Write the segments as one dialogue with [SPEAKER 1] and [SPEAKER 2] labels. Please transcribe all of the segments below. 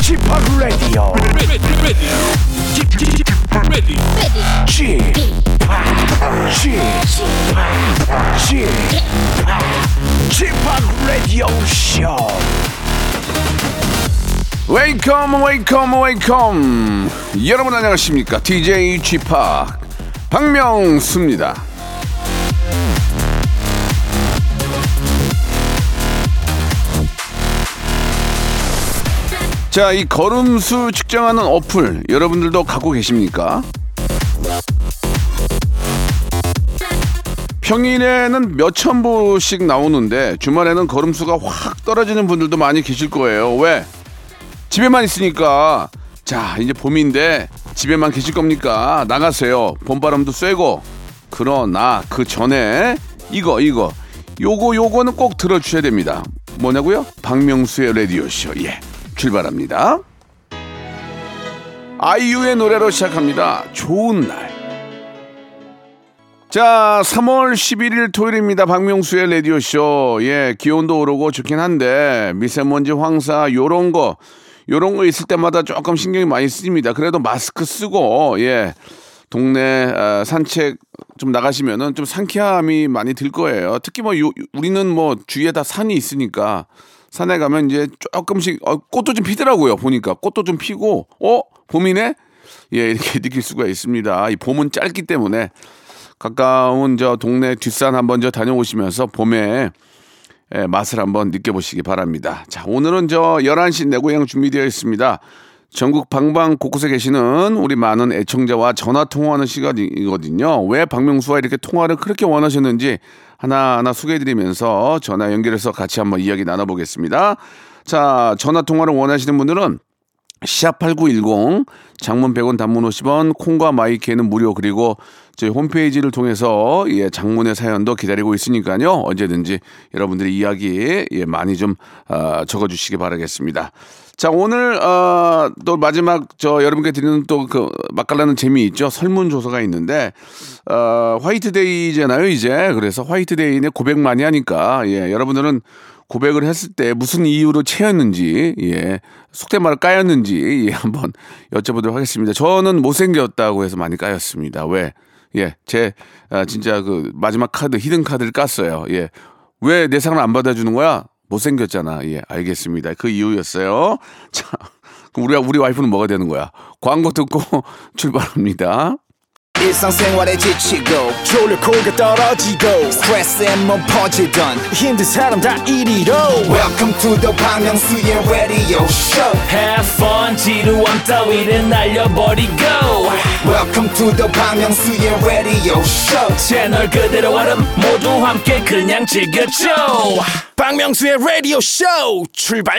[SPEAKER 1] 지파 라디오
[SPEAKER 2] ready, ready, Keep- keep- keep ready.
[SPEAKER 1] 지파 지파 지파 지파 라디오 쇼
[SPEAKER 3] 웨이컴 웨이컴 웨이컴 여러분 안녕하십니까 DJ 지팍 박명수입니다 자 이 걸음수 측정하는 어플 여러분들도 갖고 계십니까? 평일에는 몇천 보씩 나오는데 주말에는 걸음수가 확 떨어지는 분들도 많이 계실 거예요 왜? 집에만 있으니까 자 이제 봄인데 집에만 계실 겁니까 나가세요 봄바람도 쐬고 그러나 그 전에 이거 이거 요거 요거는 꼭 들어주셔야 됩니다 뭐냐고요 박명수의 라디오쇼 예 출발합니다 아이유의 노래로 시작합니다 좋은 날 자, 3월 11일 토요일입니다. 박명수의 라디오쇼. 예, 기온도 오르고 좋긴 한데, 미세먼지, 황사, 요런 거, 요런 거 있을 때마다 조금 신경이 많이 쓰입니다. 그래도 마스크 쓰고, 예, 동네 아, 산책 좀 나가시면은 좀 상쾌함이 많이 들 거예요. 특히 뭐, 요, 우리는 뭐, 주위에 다 산이 있으니까, 산에 가면 이제 조금씩, 어, 꽃도 좀 피더라고요. 보니까. 꽃도 좀 피고, 어? 봄이네? 예, 이렇게 느낄 수가 있습니다. 이 봄은 짧기 때문에. 가까운 저 동네 뒷산 한번 저 다녀오시면서 봄에 예, 맛을 한번 느껴보시기 바랍니다. 자, 오늘은 저 11시 내고향 준비되어 있습니다. 전국 방방 곳곳에 계시는 우리 많은 애청자와 전화 통화하는 시간이거든요. 왜 박명수와 이렇게 통화를 그렇게 원하셨는지 하나하나 소개해드리면서 전화 연결해서 같이 한번 이야기 나눠보겠습니다. 자, 전화 통화를 원하시는 분들은 샵8910 장문 100원 단문 50원 콩과 마이키에는 무료 그리고 저희 홈페이지를 통해서 예, 장문의 사연도 기다리고 있으니까요. 언제든지 여러분들의 이야기 예, 많이 좀 아, 적어주시기 바라겠습니다. 자 오늘 어, 또 마지막 저 여러분께 드리는 또 그 맛깔나는 재미 있죠. 설문조사가 있는데 어, 화이트데이잖아요 이제 그래서 화이트데이에 고백 많이 하니까 예, 여러분들은 고백을 했을 때 무슨 이유로 채였는지, 예, 속된 말을 까였는지, 예, 한번 여쭤보도록 하겠습니다. 저는 못생겼다고 해서 많이 까였습니다. 왜? 예, 제, 아, 진짜 그 마지막 카드, 히든 카드를 깠어요. 예. 왜 내 상을 안 받아주는 거야? 못생겼잖아. 예, 알겠습니다. 그 이유였어요. 자, 그럼 우리가, 우리 와이프는 뭐가 되는 거야? 광고 듣고 출발합니다.
[SPEAKER 4] 일상생활에 지치고, 졸려 코가 떨어지고, 스트레스에 몸 퍼지던,
[SPEAKER 1] 힘든 사람 다 이리로
[SPEAKER 4] welcome to the Bang Myung-soo's radio show
[SPEAKER 5] Have fun 지루함 따위를 날려버리고
[SPEAKER 4] welcome to the Bang Myung-soo's radio show
[SPEAKER 5] 채널 그대로 얼음 모두 함께 그냥 즐겨줘
[SPEAKER 1] 박명수의 라디오 쇼 출발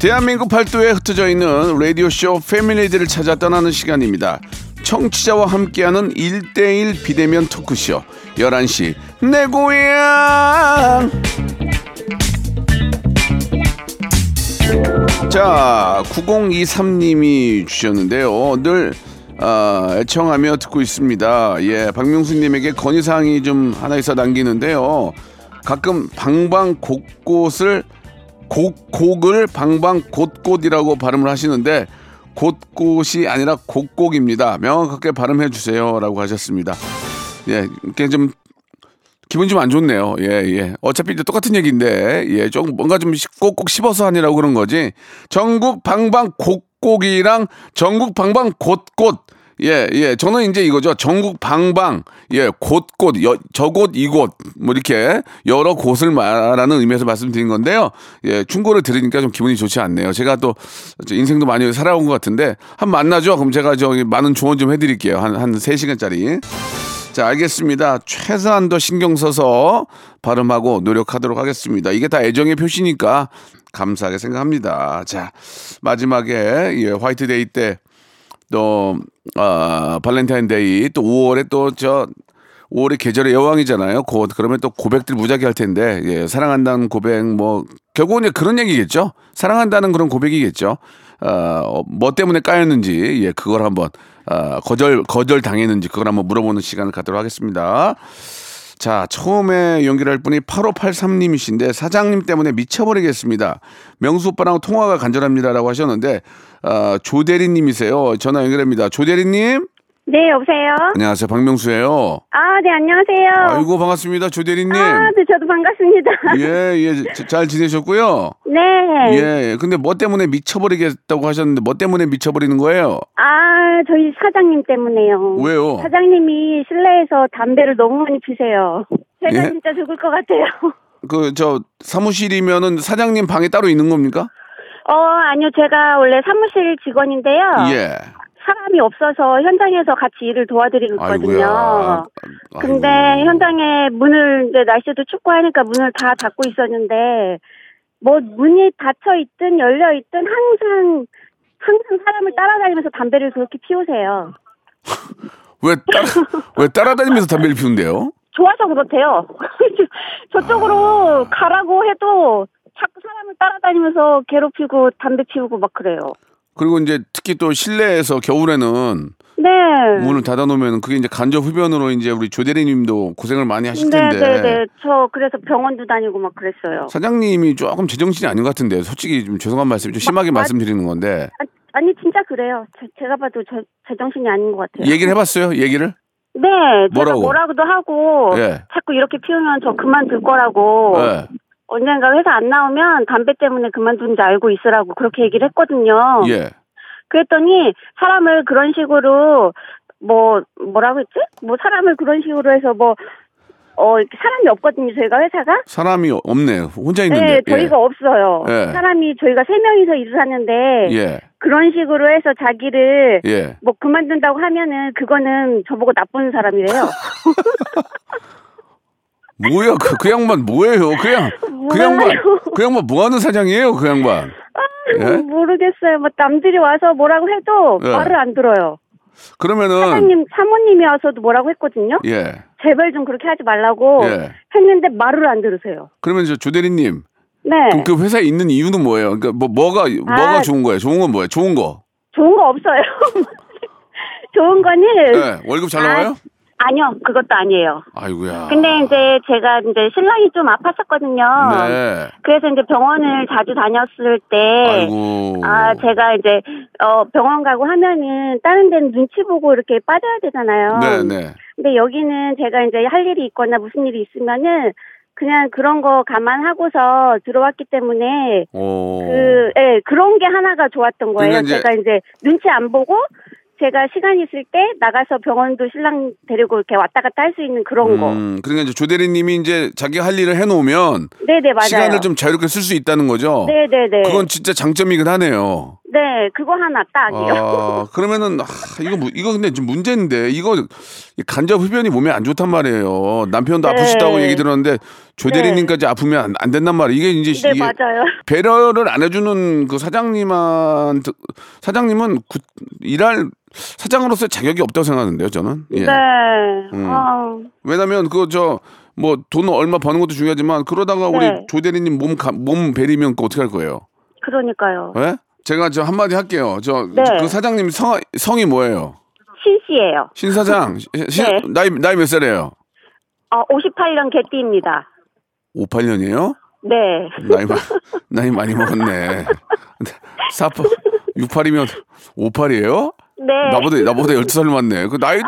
[SPEAKER 3] 대한민국 팔도에 흩어져 있는 라디오쇼 패밀리들을 찾아 떠나는 시간입니다. 청취자와 함께하는 1대1 비대면 토크쇼 11시 내 고향 자 9023님이 주셨는데요. 늘 아, 애청하며 듣고 있습니다. 예, 박명수님에게 건의사항이 좀 하나 있어 남기는데요. 가끔 방방 곳곳을 곡, 곡을 방방 곳곳이라고 발음을 하시는데 곳곳이 아니라 곡곡입니다. 명확하게 발음해 주세요라고 하셨습니다. 예, 이게 좀 기분 좀 안 좋네요. 예, 예. 어차피 이제 똑같은 얘기인데 예, 좀 뭔가 좀 씹- 꼭꼭 씹어서 하느라고 그런 거지. 전국 방방 곡곡이랑 전국 방방 곳곳 예, 예. 저는 이제 이거죠. 전국 방방, 예, 곳곳, 여, 저곳, 이곳, 뭐 이렇게 여러 곳을 말하는 의미에서 말씀드린 건데요. 예, 충고를 들으니까 좀 기분이 좋지 않네요. 제가 또저 인생도 많이 살아온 것 같은데, 한 만나죠? 그럼 제가 저기 많은 조언 좀 해드릴게요. 한, 한 3시간짜리. 자, 알겠습니다. 최소한 더 신경 써서 발음하고 노력하도록 하겠습니다. 이게 다 애정의 표시니까 감사하게 생각합니다. 자, 마지막에 예, 화이트데이 때 또 아, 발렌타인데이 또 5월에 또 저 5월의 계절의 여왕이잖아요. 곧 그러면 또 고백들 무작위 할 텐데 예, 사랑한다는 고백 뭐 결국은 이제 그런 얘기겠죠. 아, 사랑한다는 그런 고백이겠죠. 어, 뭐 때문에 까였는지 예, 그걸 한번 아, 거절 거절 당했는지 그걸 한번 물어보는 시간을 갖도록 하겠습니다. 자, 처음에 연결할 분이 8583님이신데 사장님 때문에 미쳐버리겠습니다. 명수 오빠랑 통화가 간절합니다라고 하셨는데 아, 조대리님이세요. 전화 연결합니다. 조대리님,
[SPEAKER 6] 네, 여보세요?
[SPEAKER 3] 안녕하세요. 박명수예요.
[SPEAKER 6] 아, 네, 안녕하세요.
[SPEAKER 3] 아이고 반갑습니다, 조대리님.
[SPEAKER 6] 아, 네, 저도 반갑습니다.
[SPEAKER 3] 예, 예, 자- 잘 지내셨고요.
[SPEAKER 6] 네.
[SPEAKER 3] 예, 예. 근데 뭐 때문에 미쳐버리겠다고 하셨는데 뭐 때문에 미쳐버리는 거예요?
[SPEAKER 6] 아, 저희 사장님 때문에요.
[SPEAKER 3] 왜요?
[SPEAKER 6] 사장님이 실내에서 담배를 너무 많이 피세요. 제가
[SPEAKER 3] 예?
[SPEAKER 6] 진짜 죽을 것 같아요.
[SPEAKER 3] 그 저 사무실이면은 사장님 방에 따로 있는 겁니까?
[SPEAKER 6] 어, 아니요. 제가 원래 사무실 직원인데요.
[SPEAKER 3] 예.
[SPEAKER 6] 사람이 없어서 현장에서 같이 일을 도와드리고 있거든요.
[SPEAKER 3] 아이고야.
[SPEAKER 6] 근데
[SPEAKER 3] 아이고.
[SPEAKER 6] 현장에 문을 이제 날씨도 춥고 하니까 문을 다 닫고 있었는데 뭐 문이 닫혀 있든 열려 있든 항상 항상 사람을 따라다니면서 담배를 그렇게 피우세요.
[SPEAKER 3] 왜 따라 왜 따라다니면서 담배를 피운대요?
[SPEAKER 6] 좋아서 그렇대요. 저쪽으로 가라고 해도 자꾸 사람을 따라다니면서 괴롭히고 담배 피우고 막 그래요.
[SPEAKER 3] 그리고 이제 특히 또 실내에서 겨울에는
[SPEAKER 6] 네.
[SPEAKER 3] 문을 닫아놓으면 그게 이제 간접 흡연으로 이제 우리 조대리님도 고생을 많이 하실
[SPEAKER 6] 네,
[SPEAKER 3] 텐데
[SPEAKER 6] 네, 네. 저 그래서 병원도 다니고 막 그랬어요.
[SPEAKER 3] 사장님이 조금 제정신이 아닌 것 같은데 솔직히 좀 죄송한 말씀 좀 심하게
[SPEAKER 6] 마-
[SPEAKER 3] 말씀드리는 건데
[SPEAKER 6] 아, 아니 진짜 그래요. 제, 제가 봐도 저, 제정신이 아닌 것 같아요.
[SPEAKER 3] 얘기를 해봤어요 얘기를
[SPEAKER 6] 네, 제가
[SPEAKER 3] 뭐라고?
[SPEAKER 6] 뭐라고도 하고
[SPEAKER 3] 예.
[SPEAKER 6] 자꾸 이렇게 피우면 저 그만둘 거라고
[SPEAKER 3] 예.
[SPEAKER 6] 언젠가 회사 안 나오면 담배 때문에 그만둔 줄 알고 있으라고 그렇게 얘기를 했거든요.
[SPEAKER 3] 예.
[SPEAKER 6] 그랬더니 사람을 그런 식으로 뭐 뭐라고 했지? 뭐 사람을 그런 식으로 해서 뭐, 뭐어 사람이 없거든요. 저희가 회사가
[SPEAKER 3] 사람이 없네. 혼자
[SPEAKER 6] 네,
[SPEAKER 3] 있는데.
[SPEAKER 6] 저희가 없어요.
[SPEAKER 3] 예.
[SPEAKER 6] 사람이 저희가 세 명이서 일을 하는데
[SPEAKER 3] 예. 예.
[SPEAKER 6] 그런 식으로 해서 자기를
[SPEAKER 3] 예.
[SPEAKER 6] 뭐 그만둔다고 하면은 그거는 저보고 나쁜 사람이래요.
[SPEAKER 3] 뭐야 그, 그 양반 뭐예요? 그 양, 그
[SPEAKER 6] 몰라요.
[SPEAKER 3] 양반 그 양반 뭐하는 사장이에요? 그 양반. 예?
[SPEAKER 6] 모르겠어요. 뭐 남들이 와서 뭐라고 해도
[SPEAKER 3] 예.
[SPEAKER 6] 말을 안 들어요.
[SPEAKER 3] 그러면은
[SPEAKER 6] 사장님 사모님이 와서도 뭐라고 했거든요.
[SPEAKER 3] 예.
[SPEAKER 6] 제발 좀 그렇게 하지 말라고
[SPEAKER 3] 예.
[SPEAKER 6] 했는데 말을 안 들으세요.
[SPEAKER 3] 그러면 저 조대리님
[SPEAKER 6] 네.
[SPEAKER 3] 그럼 그 회사에 있는 이유는 뭐예요? 그러니까 뭐 뭐가
[SPEAKER 6] 아.
[SPEAKER 3] 뭐가 좋은 거예요? 좋은 건 뭐예요? 좋은 거.
[SPEAKER 6] 좋은 거 없어요. 좋은 거는
[SPEAKER 3] 예. 월급 잘 나와요?
[SPEAKER 6] 아니요 그것도 아니에요.
[SPEAKER 3] 아이고야.
[SPEAKER 6] 아. 근데 이제 제가 이제 신랑이 좀 아팠었거든요.
[SPEAKER 3] 네.
[SPEAKER 6] 그래서 이제 병원을 자주 다녔을 때
[SPEAKER 3] 아이고.
[SPEAKER 6] 아, 제가 이제, 어, 병원 가고 하면은, 다른 데는 눈치 보고 이렇게 빠져야 되잖아요.
[SPEAKER 3] 네, 네.
[SPEAKER 6] 근데 여기는 제가 이제 할 일이 있거나 무슨 일이 있으면은, 그냥 그런 거 감안하고서 들어왔기 때문에,
[SPEAKER 3] 오.
[SPEAKER 6] 그, 예, 그런 게 하나가 좋았던 거예요.
[SPEAKER 3] 어. 그러니까 이제-
[SPEAKER 6] 제가 이제 눈치 안 보고, 제가 시간 있을 때 나가서 병원도 신랑 데리고 이렇게 왔다 갔다 할 수 있는 그런 거.
[SPEAKER 3] 음, 그러니까 이제 조대리님이 이제 자기 할 일을 해 놓으면
[SPEAKER 6] 네네, 맞아요.
[SPEAKER 3] 시간을 좀 자유롭게 쓸 수 있다는 거죠.
[SPEAKER 6] 네네네.
[SPEAKER 3] 그건 진짜 장점이긴 하네요.
[SPEAKER 6] 네, 그거 하나 딱이요.
[SPEAKER 3] 아, 그러면은 아, 이거 뭐- 이거 근데 좀 문제인데 이거 이 간접 흡연이 몸에 안 좋단 말이에요. 남편도
[SPEAKER 6] 네.
[SPEAKER 3] 아프시다고 얘기 들었는데 조대리님까지 아프면 안, 안 된단 말이에요. 이게 이제
[SPEAKER 6] 네,
[SPEAKER 3] 이게
[SPEAKER 6] 맞아요.
[SPEAKER 3] 배려를 안 해주는 그 사장님한테 사장님은 구- 일할 사장으로서 자격이 없다고 생각하는데요. 저는 예.
[SPEAKER 6] 네.
[SPEAKER 3] 음.
[SPEAKER 6] 아.
[SPEAKER 3] 왜냐면 그 저 뭐 돈 얼마 버는 것도 중요하지만 그러다가 우리
[SPEAKER 6] 네.
[SPEAKER 3] 조대리님 몸몸 몸 베리면 그 어떻게 할 거예요?
[SPEAKER 6] 그러니까요.
[SPEAKER 3] 예? 제가 저 한마디 할게요. 저 그
[SPEAKER 6] 네.
[SPEAKER 3] 사장님 성, 성이 뭐예요?
[SPEAKER 6] 신 씨예요.
[SPEAKER 3] 신 사장 시- 시-
[SPEAKER 6] 네.
[SPEAKER 3] 나이 나이 몇 살이에요?
[SPEAKER 6] 어, 58년 개띠입니다.
[SPEAKER 3] 58년이에요?
[SPEAKER 6] 네.
[SPEAKER 3] 나이 마, 나이 많이 먹었네. 48 68이면 58이에요?
[SPEAKER 6] 네.
[SPEAKER 3] 나보다 나보다 12살 많네. 그 나이도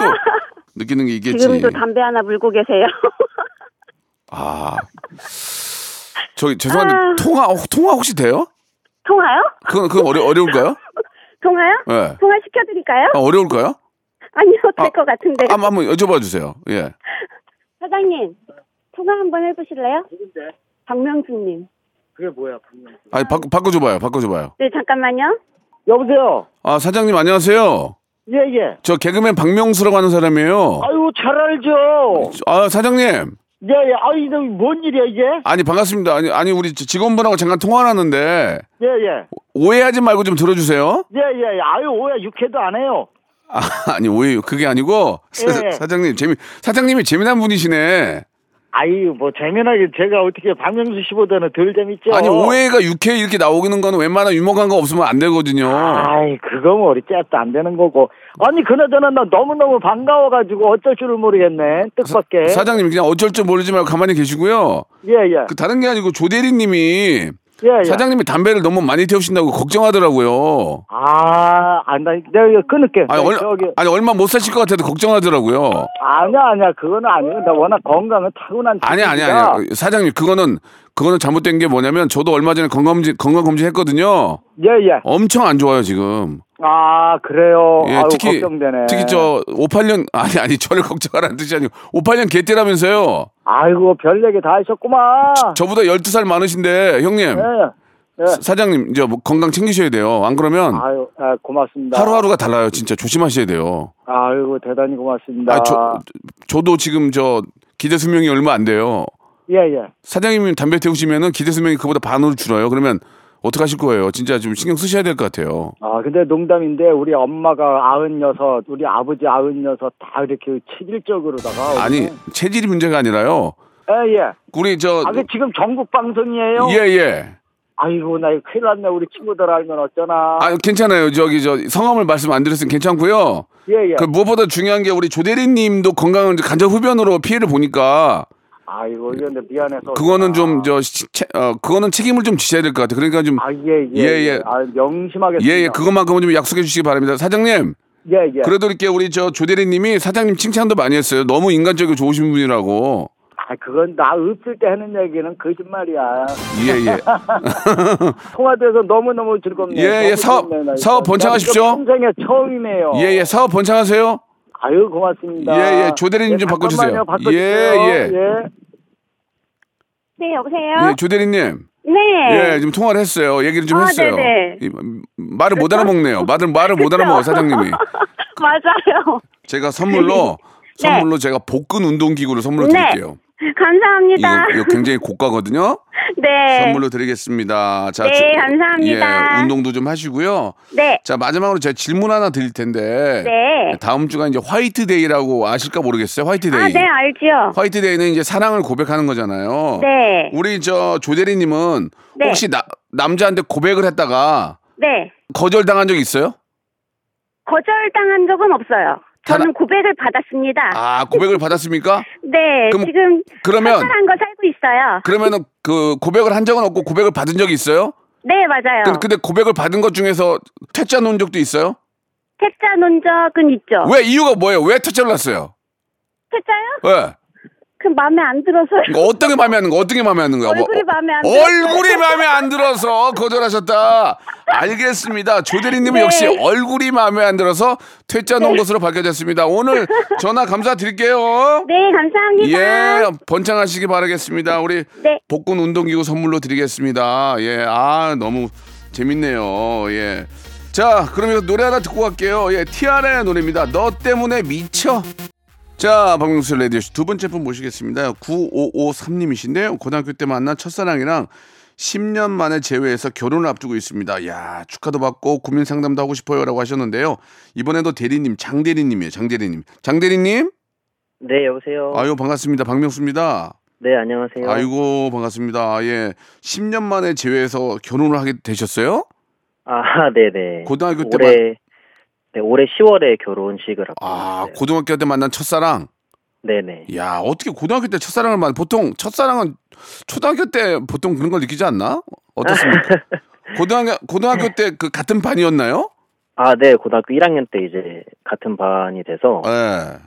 [SPEAKER 3] 느끼는 게 있겠지.
[SPEAKER 6] 지금도 담배 하나 물고 계세요.
[SPEAKER 3] 아. 저기 죄송한데
[SPEAKER 6] 아.
[SPEAKER 3] 통화 혹- 통화 혹시 돼요?
[SPEAKER 6] 통화요?
[SPEAKER 3] 그건 그건 어려 어려울까요?
[SPEAKER 6] 통화요?
[SPEAKER 3] 예.
[SPEAKER 6] 통화 시켜드릴까요?
[SPEAKER 3] 아, 어려울까요?
[SPEAKER 6] 아니요,
[SPEAKER 3] 아,
[SPEAKER 6] 될 것 같은데.
[SPEAKER 3] 한번 한번 여쭤봐 주세요. 예.
[SPEAKER 6] 사장님, 통화 한번 해보실래요? 박명수님.
[SPEAKER 3] 아니 바꿔 바꿔 줘 봐요. 바꿔 줘 봐요.
[SPEAKER 6] 네, 잠깐만요.
[SPEAKER 7] 여보세요.
[SPEAKER 3] 아 사장님 안녕하세요.
[SPEAKER 7] 예, 예.
[SPEAKER 3] 저 개그맨 박명수라고 하는 사람이에요.
[SPEAKER 7] 아유, 잘 알죠.
[SPEAKER 3] 아 사장님
[SPEAKER 7] 예, 예. 아이, 너뭔 일이야, 이게?
[SPEAKER 3] 아니 반갑습니다. 아니 아니 우리 직원분하고 잠깐 통화를 하는데
[SPEAKER 7] 예, 예.
[SPEAKER 3] 오해하지 말고 좀 들어주세요.
[SPEAKER 7] 예, 예. 아유, 오야, 육회도 안 해요.
[SPEAKER 3] 아, 아니 오해 그게 아니고 사,
[SPEAKER 6] 네.
[SPEAKER 7] 예.
[SPEAKER 3] 사장님 재미 사장님이 재미난 분이시네.
[SPEAKER 7] 아유, 뭐, 재미나게 제가 어떻게 박명수 씨보다는 덜 재밌죠?
[SPEAKER 3] 아니 오해가 육회
[SPEAKER 7] 아,
[SPEAKER 3] 이렇게 나오는 건 웬만한 유머간 거 없으면 안 되거든요.
[SPEAKER 7] 아이, 그거 뭐, 어리 째도 안 되는 거고. 아니 그나저나 나 너무너무 반가워가지고 어쩔 줄을 모르겠네. 뜻밖에.
[SPEAKER 3] 사장님 그냥 어쩔 줄 모르지 말고 가만히 계시고요.
[SPEAKER 7] 예예.
[SPEAKER 3] 그 다른 게 아니고 조대리님이
[SPEAKER 7] 예예.
[SPEAKER 3] 그 사장님이 담배를 너무 많이 태우신다고 걱정하더라고요.
[SPEAKER 7] 아, 안, 나, 내가 끊을게.
[SPEAKER 3] 아니, 얼,
[SPEAKER 7] 네, 저기,
[SPEAKER 3] 아니 얼마 못 사실 것 같아도 걱정하더라고요.
[SPEAKER 7] 아니야, 아니야. 그건 아니에요. 나 워낙 건강은 타고난.
[SPEAKER 3] 아니 아니
[SPEAKER 7] 체질이라.
[SPEAKER 3] 아니 사장님 그거는 그거는 잘못된 게 뭐냐면 저도 얼마 전에 건강검진 건강검진 했거든요.
[SPEAKER 7] 예, 예.
[SPEAKER 3] 엄청 안 좋아요 지금.
[SPEAKER 7] 아, 그래요.
[SPEAKER 3] 예,
[SPEAKER 7] 아유,
[SPEAKER 3] 특히
[SPEAKER 7] 걱정되네.
[SPEAKER 3] 특히 저 58년 아니 아니 저를 걱정하라는 뜻이 아니고 58년 개띠라면서요.
[SPEAKER 7] 아이고, 별 얘기 다 하셨구만.
[SPEAKER 3] 저보다 12살 많으신데 형님
[SPEAKER 7] 예. 예.
[SPEAKER 3] 사- 사장님 이제 뭐 건강 챙기셔야 돼요. 안 그러면
[SPEAKER 7] 아유, 아, 고맙습니다.
[SPEAKER 3] 하루하루가 달라요. 진짜 조심하셔야 돼요.
[SPEAKER 7] 아이고, 대단히 고맙습니다.
[SPEAKER 3] 아, 저, 저도 지금 저 기대 수명이 얼마 안 돼요.
[SPEAKER 7] 예, 예.
[SPEAKER 3] 사장님이 담배 태우시면은 기대 수명이 그보다 반으로 줄어요. 그러면 어떡하실 거예요? 진짜 좀 신경 쓰셔야 될 것 같아요.
[SPEAKER 7] 아, 근데 농담인데, 우리 엄마가 아흔여섯, 우리 아버지 아흔여섯 다 이렇게 체질적으로다가.
[SPEAKER 3] 아니, 체질이 문제가 아니라요.
[SPEAKER 7] 예, 예.
[SPEAKER 3] 우리 저
[SPEAKER 7] 아, 그 지금 전국 방송이에요?
[SPEAKER 3] 예, 예.
[SPEAKER 7] 아이고 나 이거 큰일 났네 우리 친구들 알면 어쩌나
[SPEAKER 3] 아, 괜찮아요. 저기 저 성함을 말씀 안 드렸으면 괜찮고요.
[SPEAKER 7] 예예
[SPEAKER 3] 그 무엇보다 중요한 게 우리 조대리 님도 건강을 간접 흡연으로 피해를 보니까
[SPEAKER 7] 아이고 이거 근데 미안해서 아,
[SPEAKER 3] 그거는 좀 저 어, 그거는 책임을 좀 지셔야 될 것 같아요. 그러니까 좀
[SPEAKER 7] 아예예예
[SPEAKER 3] 예, 예.
[SPEAKER 7] 아, 명심하겠습니다
[SPEAKER 3] 예, 예. 그것만큼은 좀 약속해 주시기 바랍니다. 사장님.
[SPEAKER 6] 네.
[SPEAKER 7] 예예
[SPEAKER 3] 그래도 이렇게 우리 저 조대리님이 사장님 칭찬도 많이 했어요. 너무 인간적이고 좋으신 분이라고.
[SPEAKER 7] 아 그건 나 없을 때 하는 얘기는 거짓말이야
[SPEAKER 3] 예, 예.
[SPEAKER 7] 통화돼서 너무너무 즐겁네요
[SPEAKER 3] 예, 예.
[SPEAKER 7] 너무
[SPEAKER 3] 사업,
[SPEAKER 7] 좋네요, 나 이거.
[SPEAKER 3] 사업 번창하십시오.
[SPEAKER 7] 나도 평생에 처음이네요
[SPEAKER 3] 예, 예. 사업 번창하세요.
[SPEAKER 6] 어?
[SPEAKER 7] 아유 고맙습니다
[SPEAKER 3] 예, 예. 조대리님 좀 바꿔주세요.
[SPEAKER 7] 잠깐만요, 바꿔주세요
[SPEAKER 3] 예, 예.
[SPEAKER 7] 예.
[SPEAKER 6] 네, 여보세요?
[SPEAKER 3] 예, 조대리님.
[SPEAKER 6] 네.
[SPEAKER 3] 예, 지금 통화를 했어요. 얘기를 좀
[SPEAKER 6] 아,
[SPEAKER 3] 했어요.
[SPEAKER 6] 네네.
[SPEAKER 3] 이, 음, 말을 못 알아먹네요. 말을, 말을 못 알아먹어요, 사장님이.
[SPEAKER 6] 맞아요.
[SPEAKER 3] 제가 선물로,
[SPEAKER 6] 네.
[SPEAKER 3] 선물로 제가 복근 운동기구를 선물로
[SPEAKER 6] 네.
[SPEAKER 3] 드릴게요.
[SPEAKER 6] 감사합니다.
[SPEAKER 3] 이거, 이거 굉장히 고가거든요.
[SPEAKER 6] 네.
[SPEAKER 3] 선물로 드리겠습니다. 자,
[SPEAKER 6] 네,
[SPEAKER 3] 주-
[SPEAKER 6] 감사합니다.
[SPEAKER 3] 예, 운동도 좀 하시고요.
[SPEAKER 6] 네.
[SPEAKER 3] 자, 마지막으로 제가 질문 하나 드릴 텐데.
[SPEAKER 6] 네.
[SPEAKER 3] 다음 주가 이제 화이트데이라고 아실까 모르겠어요. 화이트데이.
[SPEAKER 6] 아, 네, 알지요.
[SPEAKER 3] 화이트데이는 이제 사랑을 고백하는 거잖아요.
[SPEAKER 6] 네.
[SPEAKER 3] 어. 우리 저 조대리님은
[SPEAKER 6] 네.
[SPEAKER 3] 혹시 나- 남자한테 고백을 했다가
[SPEAKER 6] 네.
[SPEAKER 3] 거절당한 적 있어요?
[SPEAKER 6] 거절당한 적은 없어요. 저는 고백을 받았습니다.
[SPEAKER 3] 아, 고백을 받았습니까?
[SPEAKER 6] 네,
[SPEAKER 3] 그럼-
[SPEAKER 6] 지금
[SPEAKER 3] 그러면-
[SPEAKER 6] 살살한 거 살고 있어요.
[SPEAKER 3] 그러면은 그 고백을 한 적은 없고 고백을 받은 적이 있어요?
[SPEAKER 6] 네, 맞아요.
[SPEAKER 3] 근데, 근데 고백을 받은 것 중에서 퇴짜 놓은 적도 있어요?
[SPEAKER 6] 퇴짜 논 적은 있죠.
[SPEAKER 3] 왜 이유가 뭐예요? 왜 퇴짜를 놨어요?
[SPEAKER 6] 퇴짜요?
[SPEAKER 3] 왜?
[SPEAKER 6] 그 마음에 안 들어서요.
[SPEAKER 3] 그러니까 어떻게 마음에 하는 거? 어떻게 마음에 하는 거야? 뭐,
[SPEAKER 6] 얼굴이 마음에 안 들어서.
[SPEAKER 3] 얼굴이 마음에 안 들어서 거절하셨다. 알겠습니다. 조대리님은
[SPEAKER 6] 네.
[SPEAKER 3] 역시 얼굴이 마음에 안 들어서 퇴짜 놓은 것으로 밝혀졌습니다. 오늘 전화 감사드릴게요.
[SPEAKER 6] 네, 감사합니다.
[SPEAKER 3] 예, 번창하시기 바라겠습니다. 우리
[SPEAKER 6] 네.
[SPEAKER 3] 복근 운동기구 선물로 드리겠습니다. 예, 아 너무 재밌네요. 예. 자, 그러면 노래 하나 듣고 갈게요. 예, 티아라의 노래입니다. 너 때문에 미쳐. 자, 박명수 레디오씨 두 번째 분 모시겠습니다. 9553님이신데요. 고등학교 때 만난 첫사랑이랑 10년 만에 재회해서 결혼을 앞두고 있습니다. 야 축하도 받고 고민 상담도 하고 싶어요라고 하셨는데요. 이번에도 대리님 장 대리님이에요. 장 대리님, 장 대리님.
[SPEAKER 8] 네, 여보세요.
[SPEAKER 3] 아유 반갑습니다. 박명수입니다.
[SPEAKER 8] 네, 안녕하세요.
[SPEAKER 3] 아이고 반갑습니다. 예, 10년 만에 재회해서 결혼을 하게 되셨어요?
[SPEAKER 8] 아, 네, 네.
[SPEAKER 3] 고등학교 때 만,
[SPEAKER 8] 올해 네, 올해 10월에 결혼식을 앞두고
[SPEAKER 3] 아
[SPEAKER 8] 있어요.
[SPEAKER 3] 고등학교 때 만난 첫사랑.
[SPEAKER 8] 네, 네.
[SPEAKER 3] 야 어떻게 고등학교 때 첫사랑을 만 보통 첫사랑은 초등학교 때 보통 그런 걸 느끼지 않나? 어떻습니까? 고등학교 고등학교 때 그 같은 반이었나요?
[SPEAKER 8] 아, 네. 고등학교 1학년 때 이제 같은 반이 돼서 네.
[SPEAKER 3] 예.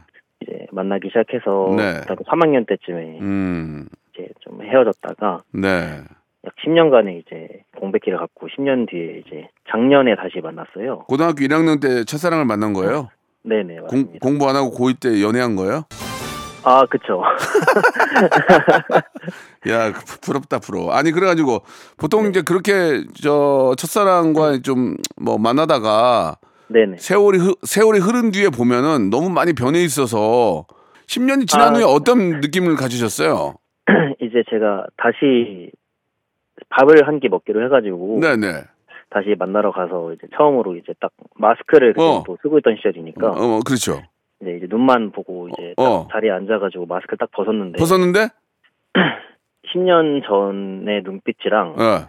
[SPEAKER 8] 이제 만나기 시작해서
[SPEAKER 3] 네.
[SPEAKER 8] 고등학교 3학년 때쯤에
[SPEAKER 3] 음.
[SPEAKER 8] 이제 좀 헤어졌다가
[SPEAKER 3] 네.
[SPEAKER 8] 약 10년간의 이제 공백기를 갖고 10년 뒤에 이제 작년에 다시 만났어요.
[SPEAKER 3] 고등학교 1학년 때 첫사랑을 만난 거예요?
[SPEAKER 8] 네, 네.
[SPEAKER 3] 공,
[SPEAKER 8] 맞습니다.
[SPEAKER 3] 공부 안 하고 고2 때 연애한 거예요?
[SPEAKER 8] 아, 그쵸.
[SPEAKER 3] 야 그, 부- 부럽다 부러워 아니 그래가지고 보통 이제 그렇게 저 첫사랑과 좀 뭐 만나다가
[SPEAKER 8] 네, 네.
[SPEAKER 3] 세월이 흐, 세월이 흐른 뒤에 보면은 너무 많이 변해 있어서 10년이 지난
[SPEAKER 8] 아.
[SPEAKER 3] 후에 어떤 느낌을 가지셨어요?
[SPEAKER 8] 이제 제가 다시 밥을 한 끼 먹기로 해가지고
[SPEAKER 3] 네네
[SPEAKER 8] 다시 만나러 가서 이제 처음으로 이제 딱 마스크를 그때
[SPEAKER 3] 어.
[SPEAKER 8] 또 쓰고 있던 시절이니까
[SPEAKER 3] 어 그렇죠
[SPEAKER 8] 이제, 이제 눈만 보고 이제 딱
[SPEAKER 3] 어.
[SPEAKER 8] 자리에 앉아가지고 마스크를 딱 벗었는데
[SPEAKER 3] 벗었는데
[SPEAKER 8] 10년 전의 눈빛이랑
[SPEAKER 3] 예.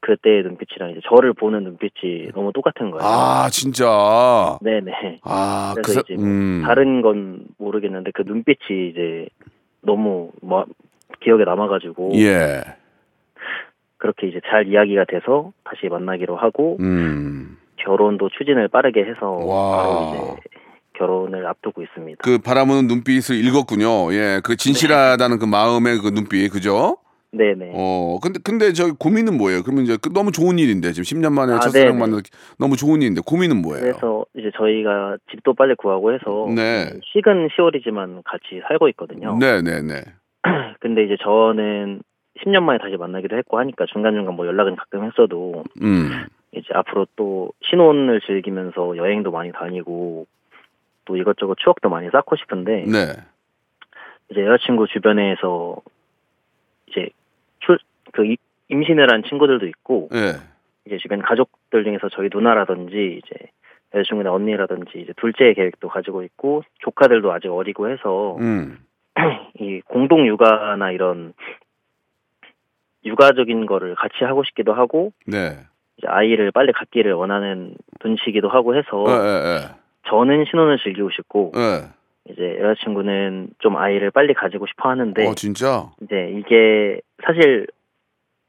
[SPEAKER 8] 그때의 눈빛이랑 이제 저를 보는 눈빛이 너무 똑같은 거예요.
[SPEAKER 3] 아 진짜.
[SPEAKER 8] 네네.
[SPEAKER 3] 아
[SPEAKER 8] 그래서
[SPEAKER 3] 그. 사-
[SPEAKER 8] 이제
[SPEAKER 3] 음.
[SPEAKER 8] 다른 건 모르겠는데 그 눈빛이 이제 너무 뭐 기억에 남아가지고
[SPEAKER 3] 예.
[SPEAKER 8] 그렇게 이제 잘 이야기가 돼서 다시 만나기로 하고
[SPEAKER 3] 음.
[SPEAKER 8] 결혼도 추진을 빠르게 해서
[SPEAKER 3] 와.
[SPEAKER 8] 바로 이제 결혼을 앞두고 있습니다.
[SPEAKER 3] 그 바라보는 눈빛을 읽었군요. 예. 그 진실하다는 그 마음의 그 눈빛 그죠?
[SPEAKER 8] 네네.
[SPEAKER 3] 어. 근데 근데 저 고민은 뭐예요? 그러면 이제 그- 너무 좋은 일인데 지금 10년 만에
[SPEAKER 8] 아,
[SPEAKER 3] 첫사랑
[SPEAKER 8] 네네.
[SPEAKER 3] 만나 너무 좋은 일인데 고민은 뭐예요?
[SPEAKER 8] 그래서 이제 저희가 집도 빨리 구하고 해서
[SPEAKER 3] 네.
[SPEAKER 8] 식은 10월이지만 같이 살고 있거든요.
[SPEAKER 3] 네, 네, 네.
[SPEAKER 8] 근데 이제 저는 10년 만에 다시 만나기도 했고 하니까 중간중간 뭐 연락은 가끔 했어도
[SPEAKER 3] 음.
[SPEAKER 8] 이제 앞으로 또 신혼을 즐기면서 여행도 많이 다니고 또 이것저것 추억도 많이 쌓고 싶은데
[SPEAKER 3] 네.
[SPEAKER 8] 이제 여자친구 주변에서 이제 출그 임신을 한 친구들도 있고
[SPEAKER 3] 예.
[SPEAKER 8] 이제 주변 가족들 중에서 저희 누나라든지 이제 여자친구나 언니라든지 이제 둘째 계획도 가지고 있고 조카들도 아직 어리고 해서
[SPEAKER 3] 음.
[SPEAKER 8] 이 공동 육아나 이런 육아적인 거를 같이 하고 싶기도 하고
[SPEAKER 3] 네.
[SPEAKER 8] 이제 아이를 빨리 갖기를 원하는 분치기도 하고 해서
[SPEAKER 3] 예, 예,
[SPEAKER 8] 저는 신혼을 즐기고 싶고
[SPEAKER 3] 예. 예.
[SPEAKER 8] 이제 여자친구는 좀 아이를 빨리 가지고 싶어 하는데
[SPEAKER 3] 어, 진짜?
[SPEAKER 8] 이제 이게 사실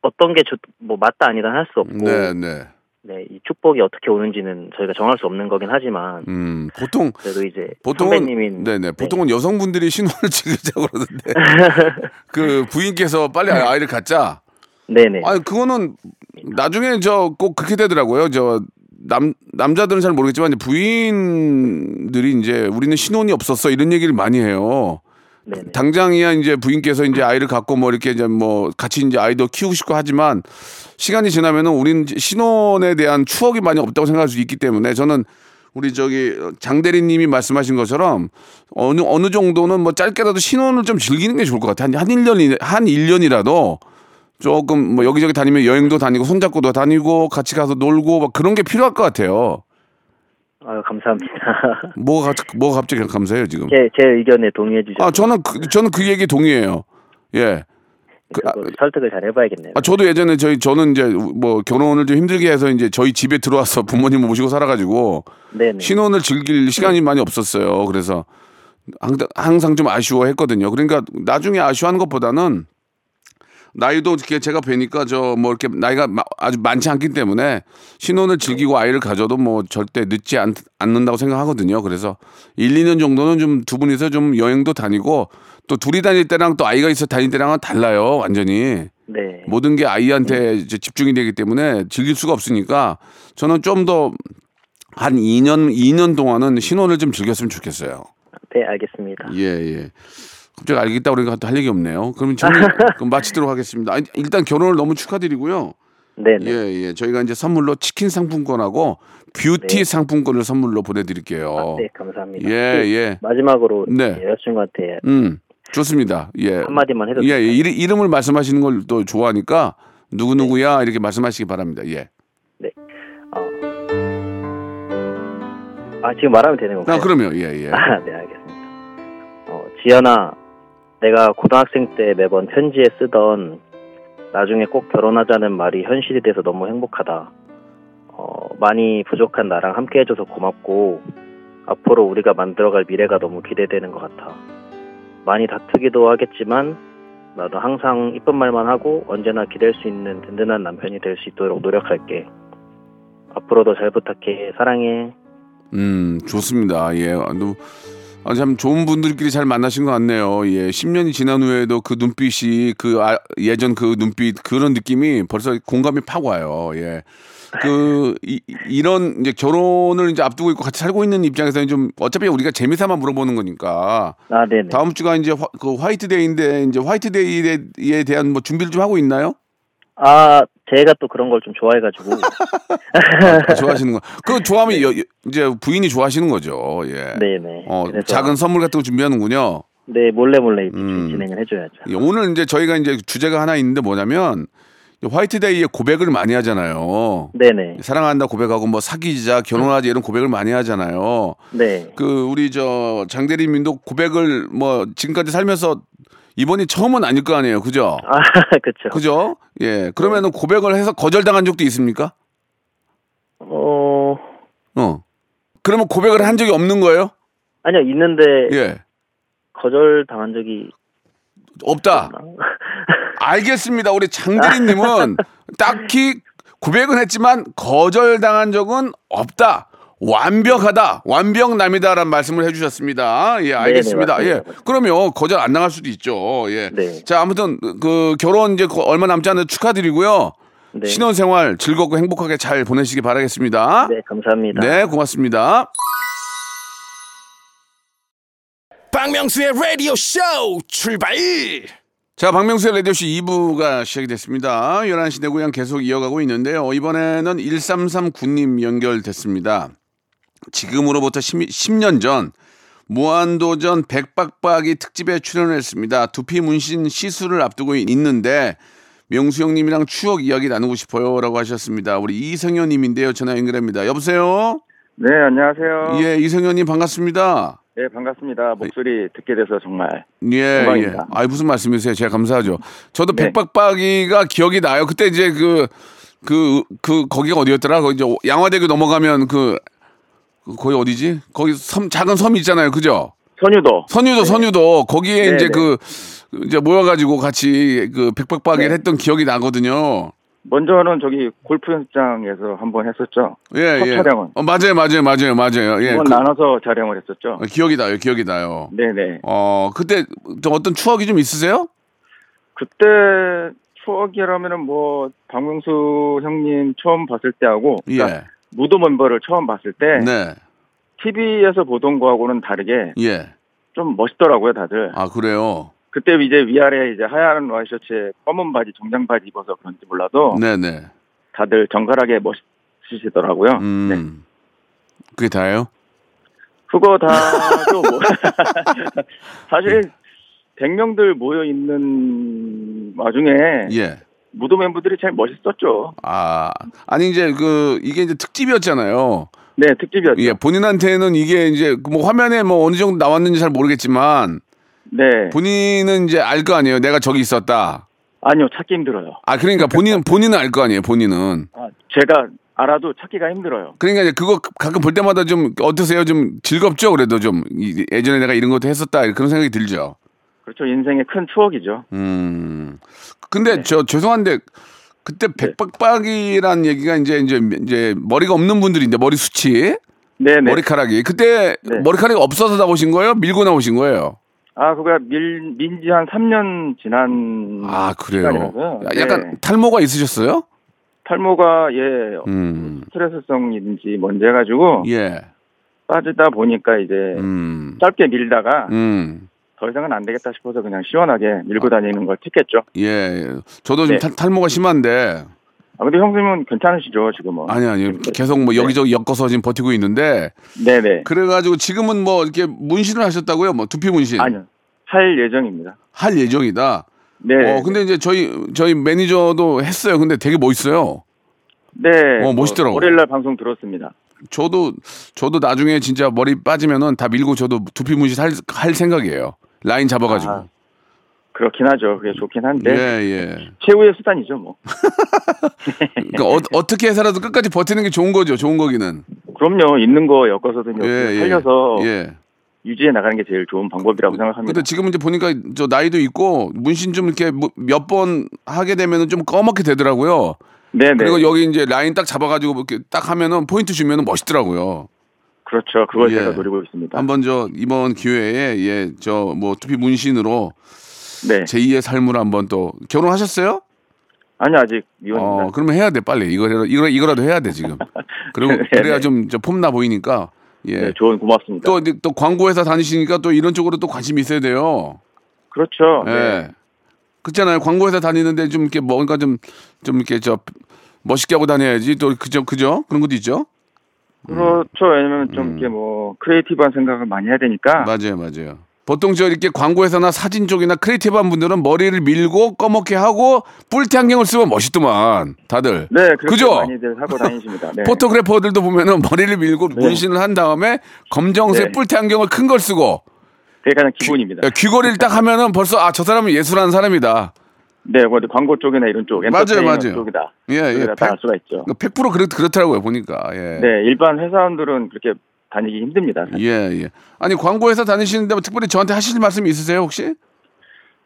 [SPEAKER 8] 어떤 게 뭐 맞다 아니다 할 수 없고
[SPEAKER 3] 네, 네.
[SPEAKER 8] 네, 이 축복이 어떻게 오는지는 저희가 정할 수 없는 거긴 하지만
[SPEAKER 3] 음. 보통
[SPEAKER 8] 그래도 이제
[SPEAKER 3] 보통은
[SPEAKER 8] 선배님인
[SPEAKER 3] 네, 네. 보통은 여성분들이 신혼을 즐기자고 그러는데 그 부인께서 빨리 아이를 갖자.
[SPEAKER 8] 네, 네.
[SPEAKER 3] 아니 그거는 나중에 저 꼭 그렇게 되더라고요. 저 남 남자들은 잘 모르겠지만 이제 부인들이 이제 우리는 신혼이 없었어 이런 얘기를 많이 해요.
[SPEAKER 8] 네, 네.
[SPEAKER 3] 당장이야 이제 부인께서 이제 아이를 갖고 뭐 이렇게 이제 뭐 같이 이제 아이도 키우고 싶고 하지만 시간이 지나면은 우린 이제 신혼에 대한 추억이 많이 없다고 생각할 수 있기 때문에 저는 우리 저기 장 대리님이 말씀하신 것처럼 어느 어느 정도는 뭐 짧게라도 신혼을 좀 즐기는 게 좋을 것 같아요. 한한 1년 한 1년이라도 조금 뭐 여기저기 다니면 여행도 다니고 손잡고도 다니고 같이 가서 놀고 막 그런 게 필요할 것 같아요.
[SPEAKER 8] 아유, 감사합니다.
[SPEAKER 3] 뭐가 갑- 뭐가 갑자기 감사해요, 지금.
[SPEAKER 8] 제, 제 의견에 동의해 주셔서
[SPEAKER 3] 아, 저는 그, 저는 그 얘기 동의해요. 예. 그, 아,
[SPEAKER 8] 그거 설득을 잘 해봐야겠네요.
[SPEAKER 3] 아, 저도 예전에 저희 저는 이제 뭐 결혼을 좀 힘들게 해서 이제 저희 집에 들어와서 부모님 모시고 살아가지고
[SPEAKER 8] 네네.
[SPEAKER 3] 신혼을 즐길 시간이 많이 없었어요. 그래서 항상, 항상 좀 아쉬워했거든요. 그러니까 나중에 아쉬워하는 것보다는 나이도 이렇게 제가 뵈니까 저 뭐 이렇게 나이가 마- 아주 많지 않기 때문에 신혼을 즐기고 아이를 가져도 뭐 절대 늦지 않, 않는다고 생각하거든요. 그래서 1, 2년 정도는 좀 두 분이서 좀 여행도 다니고 또 둘이 다닐 때랑 또 아이가 있어 다닐 때랑은 달라요. 완전히.
[SPEAKER 8] 네.
[SPEAKER 3] 모든 게 아이한테
[SPEAKER 8] 음.
[SPEAKER 3] 이제 집중이 되기 때문에 즐길 수가 없으니까 저는 좀 더 한 2년 2년 동안은 신혼을 좀 즐겼으면 좋겠어요.
[SPEAKER 8] 네, 알겠습니다.
[SPEAKER 3] 예, 예. 갑자기 알겠다 그러니까 또 할 얘기 없네요. 그럼 저는 그럼 마치도록 하겠습니다. 아니, 일단 결혼을 너무 축하드리고요.
[SPEAKER 8] 네네.
[SPEAKER 3] 예, 예. 저희가 이제 선물로 치킨 상품권하고 뷰티
[SPEAKER 8] 네.
[SPEAKER 3] 상품권을 선물로 보내 드릴게요.
[SPEAKER 8] 아, 네, 감사합니다. 그
[SPEAKER 3] 예, 예.
[SPEAKER 8] 마지막으로
[SPEAKER 3] 네.
[SPEAKER 8] 여자친구한테
[SPEAKER 3] 음. 좋습니다. 예.
[SPEAKER 8] 한마디만 해도
[SPEAKER 3] 예, 예. 이름, 이름을 말씀하시는 걸 또 좋아하니까
[SPEAKER 8] 네.
[SPEAKER 3] 누구누구야 이렇게 말씀하시기 바랍니다. 예.
[SPEAKER 8] 어. 아, 지금 말하면 되는 건가요?
[SPEAKER 3] 아, 그럼요. 예, 예.
[SPEAKER 8] 아, 네, 알겠습니다. 어, 지연아, 내가 고등학생 때 매번 편지에 쓰던 나중에 꼭 결혼하자는 말이 현실이 돼서 너무 행복하다. 어, 많이 부족한 나랑 함께 해줘서 고맙고, 앞으로 우리가 만들어갈 미래가 너무 기대되는 것 같아. 많이 다투기도 하겠지만, 나도 항상 이쁜 말만 하고 언제나 기댈 수 있는 든든한 남편이 될 수 있도록 노력할게. 앞으로도 잘 부탁해. 사랑해.
[SPEAKER 3] 음, 좋습니다. 예. 아, 너- 아, 참 좋은 분들끼리 잘 만나신 것 같네요. 예. 10년이 지난 후에도 그 눈빛이 그 아- 예전 그 눈빛 그런 느낌이 벌써 공감이 팍 와요. 예. 그 이, 이런 이제 결혼을 이제 앞두고 있고 같이 살고 있는 입장에서는 좀 어차피 우리가 재미삼아 물어보는 거니까
[SPEAKER 8] 아, 네네.
[SPEAKER 3] 다음 주가 이제 화, 그 화이트데이인데 이제 화이트데이에 대한 뭐 준비를 좀 하고 있나요?
[SPEAKER 8] 아, 제가 또 그런 걸 좀 좋아해가지고.
[SPEAKER 3] 아, 좋아하시는 거. 그 좋아하면 여- 여- 이제 부인이 좋아하시는 거죠. 예.
[SPEAKER 8] 네네.
[SPEAKER 3] 어,
[SPEAKER 8] 그래서
[SPEAKER 3] 작은 선물 같은 거 준비하는군요.
[SPEAKER 8] 네 몰래 몰래 이제
[SPEAKER 3] 음.
[SPEAKER 8] 진행을 해줘야죠.
[SPEAKER 3] 예, 오늘 이제 저희가 이제 주제가 하나 있는데 뭐냐면 화이트데이에 고백을 많이 하잖아요.
[SPEAKER 8] 네네.
[SPEAKER 3] 사랑한다 고백하고 뭐 사귀자 결혼하자 이런 고백을 많이 하잖아요.
[SPEAKER 8] 네.
[SPEAKER 3] 그 우리 저 장대리님도 고백을 뭐 지금까지 살면서 이번이 처음은 아닐 거 아니에요. 그죠?
[SPEAKER 9] 아, 그쵸.
[SPEAKER 3] 그죠? 예. 그러면은 고백을 해서 거절당한 적도 있습니까?
[SPEAKER 9] 어,
[SPEAKER 3] 어. 그러면 고백을 한 적이 없는 거예요?
[SPEAKER 9] 아니요, 있는데,
[SPEAKER 3] 예.
[SPEAKER 9] 거절 당한 적이.
[SPEAKER 3] 없다. 알겠습니다. 우리 장대리님은 딱히 고백은 했지만 거절당한 적은 없다. 완벽하다. 완벽남이다라는 말씀을 해주셨습니다. 예, 알겠습니다.
[SPEAKER 9] 맞습니다.
[SPEAKER 3] 예. 그럼요. 거절 안 당할 수도 있죠. 예.
[SPEAKER 9] 네.
[SPEAKER 3] 자, 아무튼 그 결혼 이제 거- 얼마 남지 않은 축하드리고요.
[SPEAKER 9] 네.
[SPEAKER 3] 신혼생활 즐겁고 행복하게 잘 보내시기 바라겠습니다.
[SPEAKER 9] 네, 감사합니다.
[SPEAKER 3] 네, 고맙습니다.
[SPEAKER 5] 박명수의 라디오 쇼 출발
[SPEAKER 3] 자, 박명수의 라디오쇼 2부가 시작이 됐습니다. 11시 내 고향 계속 이어가고 있는데요. 이번에는 1339님 연결됐습니다. 지금으로부터 10, 10년 전, 무한도전 백박박이 특집에 출연했습니다. 두피 문신 시술을 앞두고 있는데, 명수 형님이랑 추억 이야기 나누고 싶어요. 라고 하셨습니다. 우리 이성현님인데요. 전화 연결합니다. 여보세요?
[SPEAKER 8] 네,
[SPEAKER 7] 어.
[SPEAKER 8] 안녕하세요.
[SPEAKER 3] 예, 이성현님 반갑습니다.
[SPEAKER 8] 네, 반갑습니다. 목소리 듣게 돼서 정말.
[SPEAKER 3] 예, 예.
[SPEAKER 8] 영광입니다.
[SPEAKER 3] 아이 무슨 말씀이세요? 제가 감사하죠. 저도
[SPEAKER 8] 네.
[SPEAKER 3] 백박박이가 기억이 나요. 그때 이제 그 그 그 거기가 어디였더라? 거기 이제 양화대교 넘어가면 그 거기 어디지? 거기 섬 작은 섬이 있잖아요. 그죠?
[SPEAKER 8] 선유도.
[SPEAKER 3] 선유도 선유도 거기에
[SPEAKER 8] 네,
[SPEAKER 3] 이제
[SPEAKER 8] 네.
[SPEAKER 3] 그 이제 모여 가지고 같이 그 백박박이를
[SPEAKER 8] 네.
[SPEAKER 3] 했던 기억이 나거든요.
[SPEAKER 8] 먼저는 저기 골프 연습장에서 한번 했었죠.
[SPEAKER 3] 예,
[SPEAKER 8] 첫
[SPEAKER 3] 예.
[SPEAKER 8] 촬영은.
[SPEAKER 3] 어, 맞아요. 맞아요. 맞아요. 맞아요. 예.
[SPEAKER 8] 한번
[SPEAKER 3] 그- 예.
[SPEAKER 8] 나눠서 촬영을 했었죠.
[SPEAKER 3] 어, 기억이 나요. 기억이 나요.
[SPEAKER 8] 네네.
[SPEAKER 3] 어, 그때 좀 어떤 추억이 좀 있으세요?
[SPEAKER 8] 그때 추억이라면은 뭐, 박명수 형님 처음 봤을 때하고,
[SPEAKER 3] 예.
[SPEAKER 8] 그러니까 무도 멤버를 처음 봤을 때,
[SPEAKER 3] 네.
[SPEAKER 8] TV에서 보던 거하고는 다르게
[SPEAKER 3] 예.
[SPEAKER 8] 좀 멋있더라고요, 다들.
[SPEAKER 3] 아, 그래요.
[SPEAKER 8] 그때 이제 위아래 이제 하얀 와이셔츠에 검은 바지, 정장 바지 입어서 그런지 몰라도,
[SPEAKER 3] 네네.
[SPEAKER 8] 다들 정갈하게 멋있으시더라고요.
[SPEAKER 3] 음.
[SPEAKER 8] 네.
[SPEAKER 3] 그게 다예요?
[SPEAKER 8] 그거 다도 뭐
[SPEAKER 3] 네.
[SPEAKER 8] 사실 100명들 모여 있는 와중에
[SPEAKER 3] 예.
[SPEAKER 8] 무도 멤버들이 제일 멋있었죠.
[SPEAKER 3] 아, 아니 이제 그 이게 이제 특집이었잖아요.
[SPEAKER 8] 네, 특집이었죠.
[SPEAKER 3] 예, 본인한테는 이게 이제 뭐 화면에 뭐 어느 정도 나왔는지 잘 모르겠지만
[SPEAKER 8] 네.
[SPEAKER 3] 본인은 이제 알 거 아니에요. 내가 저기 있었다.
[SPEAKER 8] 아니요, 찾기 힘들어요.
[SPEAKER 3] 아, 그러니까 본인 본인은 알 거 아니에요. 본인은.
[SPEAKER 8] 아, 제가 알아도 찾기가 힘들어요.
[SPEAKER 3] 그러니까 이제 그거 가끔 볼 때마다 좀 어떠세요? 좀 즐겁죠? 그래도 좀 이- 예전에 내가 이런 것도 했었다. 그런 생각이 들죠.
[SPEAKER 8] 그렇죠. 인생의 큰 추억이죠.
[SPEAKER 3] 음.
[SPEAKER 8] 네.
[SPEAKER 3] 근데 저 죄송한데 그때 백박박이란 얘기가 이제 이제 이제 머리가 없는 분들인데 머리 수치
[SPEAKER 8] 네, 네.
[SPEAKER 3] 머리카락이 그때
[SPEAKER 8] 네.
[SPEAKER 3] 머리카락이 없어서 나오신 거예요? 밀고 나오신 거예요?
[SPEAKER 8] 아, 그거야 밀 민지 한 3년 지난
[SPEAKER 3] 아 그래요.
[SPEAKER 8] 시간이라서요.
[SPEAKER 3] 야, 약간
[SPEAKER 8] 음. 네.
[SPEAKER 3] 탈모가 있으셨어요?
[SPEAKER 8] 탈모가 예
[SPEAKER 3] 음.
[SPEAKER 8] 스트레스성인지 뭔지 해가지고
[SPEAKER 3] 예.
[SPEAKER 8] 빠지다 보니까 이제
[SPEAKER 3] 음.
[SPEAKER 8] 짧게 밀다가
[SPEAKER 3] 음.
[SPEAKER 8] 더 이상은 안 되겠다 싶어서 그냥 시원하게
[SPEAKER 3] 아.
[SPEAKER 8] 밀고 다니는 걸 택했죠.
[SPEAKER 3] 예. 저도 좀
[SPEAKER 8] 네.
[SPEAKER 3] 탈- 탈모가 심한데
[SPEAKER 8] 아, 근데 형님은 괜찮으시죠, 지금은?
[SPEAKER 3] 아니 아니 계속 뭐 여기저기 엮어서 지금 버티고 있는데
[SPEAKER 8] 어. 네. 네네.
[SPEAKER 3] 그래가지고 지금은 뭐 이렇게 문신을 하셨다고요? 뭐 두피 문신
[SPEAKER 8] 아니요. 할 예정입니다.
[SPEAKER 3] 할 예정이다.
[SPEAKER 8] 네.
[SPEAKER 3] 어, 근데 이제 저희 저희 매니저도 했어요. 근데 되게 멋있어요.
[SPEAKER 8] 네.
[SPEAKER 3] 어, 멋있더라고요.
[SPEAKER 8] 월요일 날 방송 들었습니다.
[SPEAKER 3] 저도 저도 나중에 진짜 머리 빠지면은 다 밀고 저도 두피 문신 할, 할 생각이에요. 라인 잡아가지고.
[SPEAKER 8] 아, 네? 그렇긴 하죠. 그게 좋긴 한데.
[SPEAKER 3] 예, 예.
[SPEAKER 8] 최후의 수단이죠, 뭐.
[SPEAKER 3] 그러니까 어, 어떻게 해서라도 끝까지 버티는 게 좋은 거죠. 좋은 거기는.
[SPEAKER 8] 그럼요. 있는 거 엮어서든지
[SPEAKER 3] 예, 예.
[SPEAKER 8] 살려서
[SPEAKER 3] 예.
[SPEAKER 8] 유지해 나가는 게 제일 좋은 방법이라고 생각합니다.
[SPEAKER 3] 근데 지금 이제 보니까 저 나이도 있고 문신 좀 이렇게 뭐 몇 번 하게 되면은 좀 검게 되더라고요.
[SPEAKER 8] 네네.
[SPEAKER 3] 그리고 여기 이제 라인 딱 잡아가지고 이렇게 딱 하면은 포인트 주면은 멋있더라고요.
[SPEAKER 8] 그렇죠. 그걸
[SPEAKER 3] 예.
[SPEAKER 8] 제가 노리고 있습니다.
[SPEAKER 3] 한번 저 이번 기회에 예 저 뭐 두피 문신으로
[SPEAKER 8] 네.
[SPEAKER 3] 제2의 삶을 한번 또 결혼하셨어요?
[SPEAKER 8] 아니, 아직 미혼입니다.
[SPEAKER 3] 어, 그러면 해야 돼 빨리 이거라도 이거 이거라도 해야 돼 지금. 그리고 그래야
[SPEAKER 8] 네.
[SPEAKER 3] 좀 저 폼나 보이니까. 예.
[SPEAKER 8] 네, 조언 고맙습니다.
[SPEAKER 3] 또 이제 또 광고회사 다니시니까 또 이런 쪽으로 또 관심이 있어야 돼요.
[SPEAKER 8] 그렇죠.
[SPEAKER 3] 예.
[SPEAKER 8] 네.
[SPEAKER 3] 그렇잖아요. 광고회사 다니는데 좀 이렇게 뭔가 좀 좀 이렇게 저 멋있게 하고 다녀야지 또 그죠 그죠 그런 것도 있죠.
[SPEAKER 8] 그렇죠. 왜냐면 좀 이렇게 뭐 크리에이티브한 생각을 많이 해야 되니까.
[SPEAKER 3] 맞아요, 맞아요. 보통 저 이렇게 광고회사나 사진 쪽이나 크리에이티브한 분들은 머리를 밀고 검게 하고 뿔테 안경을 쓰면 멋있더만 다들.
[SPEAKER 8] 네, 그렇게
[SPEAKER 3] 그죠?
[SPEAKER 8] 많이들 하고 다니십니다. 네.
[SPEAKER 3] 포토그래퍼들도 보면은 머리를 밀고 문신을 한 다음에 검정색
[SPEAKER 8] 네.
[SPEAKER 3] 뿔테 안경을 큰 걸 쓰고
[SPEAKER 8] 그게 가장 기본입니다.
[SPEAKER 3] 야, 귀걸이를 딱 하면은 벌써 아 저 사람은 예술하는 사람이다.
[SPEAKER 8] 네, 뭐 광고 쪽이나 이런 쪽, 엔터테인먼트
[SPEAKER 3] 맞아요.
[SPEAKER 8] 쪽이다.
[SPEAKER 3] 예, 예.
[SPEAKER 8] 그거다 알 수가 있죠.
[SPEAKER 3] 100% 그렇, 그렇더라고요 보니까. 예.
[SPEAKER 8] 네, 일반 회사원들은 그렇게 다니기 힘듭니다.
[SPEAKER 3] 예, 예. 아니 광고회사 다니시는데 뭐 특별히 저한테 하실 말씀 있으세요 혹시?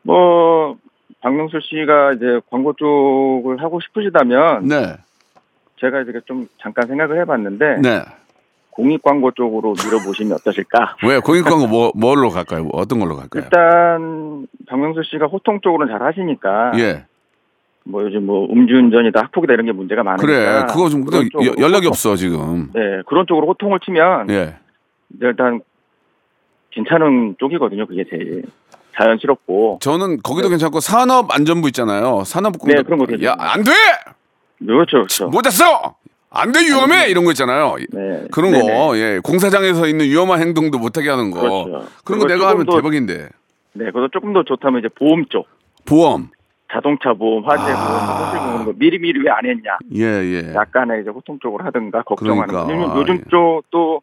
[SPEAKER 8] 뭐 박명수 씨가 이제 광고 쪽을 하고 싶으시다면
[SPEAKER 3] 네,
[SPEAKER 8] 제가 이제 좀 잠깐 생각을 해봤는데
[SPEAKER 3] 네.
[SPEAKER 8] 공익 광고 쪽으로 밀어보시면 어떠실까?
[SPEAKER 3] 왜 공익 광고 뭐 뭘로 갈까요? 어떤 걸로 갈까요?
[SPEAKER 8] 일단 박명수 씨가 호통 쪽으로는 잘 하시니까
[SPEAKER 3] 예,
[SPEAKER 8] 뭐 요즘 뭐 음주운전이다 학폭이다 이런 게 문제가 많으니까 그렇죠.
[SPEAKER 3] 그래. 그거 좀
[SPEAKER 8] 그런
[SPEAKER 3] 여-
[SPEAKER 8] 쪽으로
[SPEAKER 3] 연락이
[SPEAKER 8] 호통-
[SPEAKER 3] 없어 지금.
[SPEAKER 8] 네 그런 쪽으로 호통을 치면
[SPEAKER 3] 예.
[SPEAKER 8] 일단 괜찮은 쪽이거든요. 그게 제일 자연스럽고
[SPEAKER 3] 저는 거기도 괜찮고 산업안전부 있잖아요. 산업
[SPEAKER 8] 네, 그런 거 되죠.
[SPEAKER 3] 야안 돼.
[SPEAKER 8] 그렇죠, 그렇죠.
[SPEAKER 3] 못 잤어. 안 돼 위험해 이런 거 있잖아요.
[SPEAKER 8] 네.
[SPEAKER 3] 그런
[SPEAKER 8] 네네.
[SPEAKER 3] 거, 예, 공사장에서 있는 위험한 행동도 못하게 하는 거,
[SPEAKER 8] 그렇죠.
[SPEAKER 3] 그런 거
[SPEAKER 8] 그거
[SPEAKER 3] 내가 하면
[SPEAKER 8] 조금 더-
[SPEAKER 3] 대박인데.
[SPEAKER 8] 네, 그래서 조금 더 좋다면 이제 보험 쪽.
[SPEAKER 3] 보험,
[SPEAKER 8] 자동차 보험, 화재 보험,
[SPEAKER 3] 아.
[SPEAKER 8] 손실 보험 뭐 미리미리 왜 안 했냐.
[SPEAKER 3] 예, 예,
[SPEAKER 8] 약간의 이제 호통 쪽으로 하든가 걱정하는
[SPEAKER 3] 그러니까,
[SPEAKER 8] 거. 요즘,
[SPEAKER 3] 아,
[SPEAKER 8] 요즘
[SPEAKER 3] 예.
[SPEAKER 8] 쪽또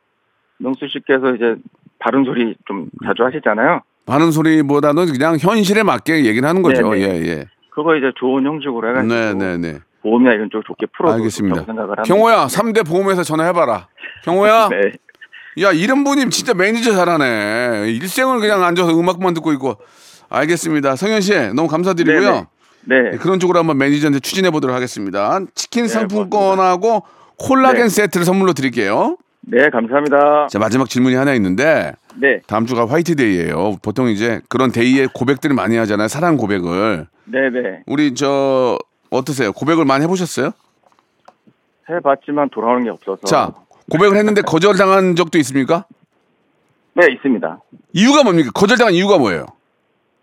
[SPEAKER 8] 명수 씨께서 이제 바른 소리 좀 자주 하시잖아요.
[SPEAKER 3] 하는 소리보다는 그냥 현실에 맞게 얘기를 하는 거죠.
[SPEAKER 8] 네, 네.
[SPEAKER 3] 예, 예,
[SPEAKER 8] 그거 이제 좋은 형식으로 해가지고
[SPEAKER 3] 네, 네, 네.
[SPEAKER 8] 보험이나 이런 쪽 좋게 풀어서
[SPEAKER 3] 알겠습니다.
[SPEAKER 8] 생각을 합니다.
[SPEAKER 3] 경호야, 3대 보험회사 전화해봐라. 경호야,
[SPEAKER 8] 네.
[SPEAKER 3] 야 이름분님 진짜 매니저 잘하네. 일생을 그냥 앉아서 음악만 듣고 있고. 알겠습니다. 성현 씨, 너무 감사드리고요.
[SPEAKER 8] 네네. 네.
[SPEAKER 3] 예, 그런 쪽으로 한번 매니저한테 추진해 보도록 하겠습니다. 치킨 상품권하고 콜라겐
[SPEAKER 8] 네.
[SPEAKER 3] 세트를 선물로 드릴게요.
[SPEAKER 8] 네, 감사합니다.
[SPEAKER 3] 자 마지막 질문이 하나 있는데
[SPEAKER 8] 네.
[SPEAKER 3] 다음 주가 화이트데이예요. 보통 이제 그런 데이에 고백들을 많이 하잖아요. 사랑 고백을
[SPEAKER 8] 네, 네.
[SPEAKER 3] 우리 저 어떠세요? 고백을 많이 해보셨어요?
[SPEAKER 8] 해 봤지만 돌아오는 게 없어서.
[SPEAKER 3] 자 고백을 했는데 거절당한 적도 있습니까?
[SPEAKER 8] 네, 있습니다.
[SPEAKER 3] 이유가 뭡니까? 거절당한 이유가 뭐예요?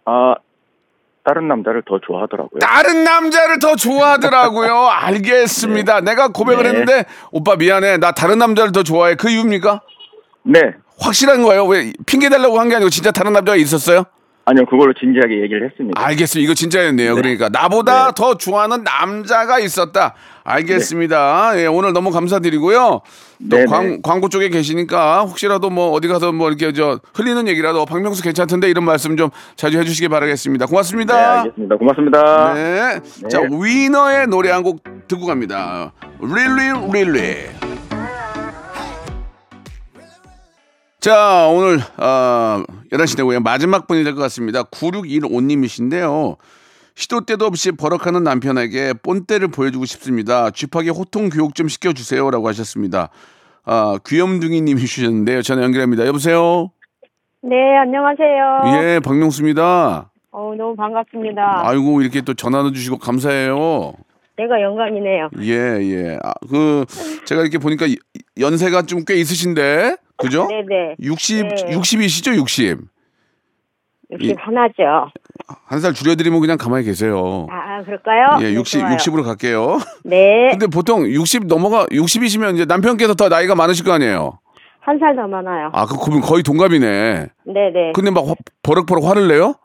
[SPEAKER 8] 아, 다른 남자를 더 좋아하더라고요.
[SPEAKER 3] 다른 남자를 더 좋아하더라고요. 알겠습니다. 내가 고백을
[SPEAKER 8] 네.
[SPEAKER 3] 했는데 오빠 미안해. 나 다른 남자를 더 좋아해. 그 이유입니까?
[SPEAKER 8] 네.
[SPEAKER 3] 확실한 거예요. 왜 핑계 달라고 한 게 아니고 진짜 다른 남자가 있었어요?
[SPEAKER 8] 아니요, 그걸로 진지하게 얘기를 했습니다.
[SPEAKER 3] 알겠습니다. 이거 진짜였네요. 그러니까 나보다
[SPEAKER 8] 네.
[SPEAKER 3] 더 좋아하는 남자가 있었다. 알겠습니다. 예, 오늘 너무 감사드리고요. 또
[SPEAKER 8] 네네.
[SPEAKER 3] 광, 광고 쪽에 계시니까 혹시라도 뭐 어디 가서 뭐 이렇게 저 흘리는 얘기라도 박명수 괜찮던데 이런 말씀 좀 자주 해주시기 바라겠습니다.
[SPEAKER 8] 네,
[SPEAKER 3] 고맙습니다.
[SPEAKER 8] 알겠습니다. 고맙습니다.
[SPEAKER 3] 네. 자, 위너의 노래 한 곡 듣고 갑니다. 릴리 릴리. 자, 오늘 어, 11시 되고요. 마지막 분이 될 것 같습니다. 9615님이신데요. 시도 때도 없이 버럭하는 남편에게 뽐때를 보여주고 싶습니다. 쥐팍에 호통 교육 좀 시켜주세요. 라고 하셨습니다. 아, 귀염둥이 님이 주셨는데요. 전화 연결합니다. 여보세요?
[SPEAKER 6] 네, 안녕하세요.
[SPEAKER 3] 예, 박명수입니다.
[SPEAKER 6] 어, 너무 반갑습니다.
[SPEAKER 3] 아이고, 이렇게 또 전화도 주시고 감사해요.
[SPEAKER 6] 내가 영광이네요.
[SPEAKER 3] 예, 예. 아, 그 제가 이렇게 보니까 이- 연세가 좀 꽤 있으신데. 그죠?
[SPEAKER 6] 네네.
[SPEAKER 3] 60
[SPEAKER 6] 네.
[SPEAKER 3] 60이시죠? 60.
[SPEAKER 6] 역시
[SPEAKER 3] 예.
[SPEAKER 6] 하나죠.
[SPEAKER 3] 한 살 줄여 드리면 그냥 가만히 계세요.
[SPEAKER 6] 아, 그럴까요?
[SPEAKER 3] 예,
[SPEAKER 6] 네,
[SPEAKER 3] 60
[SPEAKER 6] 좋아요.
[SPEAKER 3] 60으로 갈게요.
[SPEAKER 6] 네.
[SPEAKER 3] 근데 보통 60 넘어가 60이시면 이제 남편께서 더 나이가 많으실 거 아니에요.
[SPEAKER 6] 한 살 더 많아요.
[SPEAKER 3] 아, 그 그분 거의 동갑이네.
[SPEAKER 6] 네네.
[SPEAKER 3] 근데 막 화- 버럭버럭 화를 내요?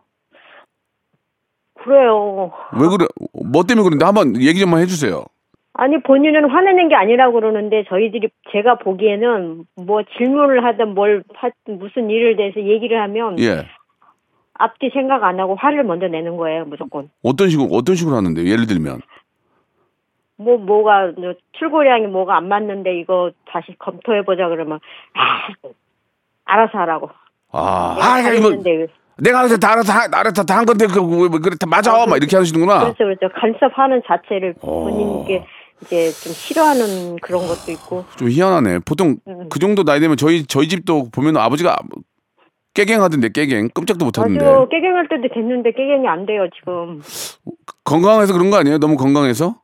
[SPEAKER 6] 그래요.
[SPEAKER 3] 왜 그래? 뭐 때문에 그런데 한번 얘기 좀만 해 주세요.
[SPEAKER 6] 아니 본인은 화내는 게 아니라고 그러는데 저희들이 제가 보기에는 뭐 질문을 하든 뭘 하든 무슨 일을 대해서 얘기를 하면
[SPEAKER 3] 예.
[SPEAKER 6] 앞뒤 생각 안 하고 화를 먼저 내는 거예요 무조건
[SPEAKER 3] 어떤 식으로 어떤 식으로 하는데 예를 들면
[SPEAKER 6] 뭐 뭐가 저 출고량이 뭐가 안 맞는데 이거 다시 검토해 보자 그러면 아 알아서 하라고
[SPEAKER 3] 아,
[SPEAKER 6] 내가
[SPEAKER 3] 아,
[SPEAKER 6] 다
[SPEAKER 3] 이거
[SPEAKER 6] 했는데 왜-
[SPEAKER 3] 내가 그래서 다 알아서 하- 알아서 다한 건데 그왜 그래 다 맞아 막 이렇게 하시는구나.
[SPEAKER 6] 그렇죠 그렇죠 간섭하는 자체를
[SPEAKER 3] 어.
[SPEAKER 6] 본인께 이제 좀 싫어하는 그런 것도 있고
[SPEAKER 3] 좀 희한하네. 보통
[SPEAKER 6] 음.
[SPEAKER 3] 그 정도 나이 되면 저희 저희 집도 보면 아버지가 깨갱 하던데 깨갱 끔찍도 못 하는데
[SPEAKER 6] 아주 깨갱할 때도 됐는데 깨갱이 안 돼요 지금
[SPEAKER 3] 건강해서 그런 거 아니에요? 너무 건강해서?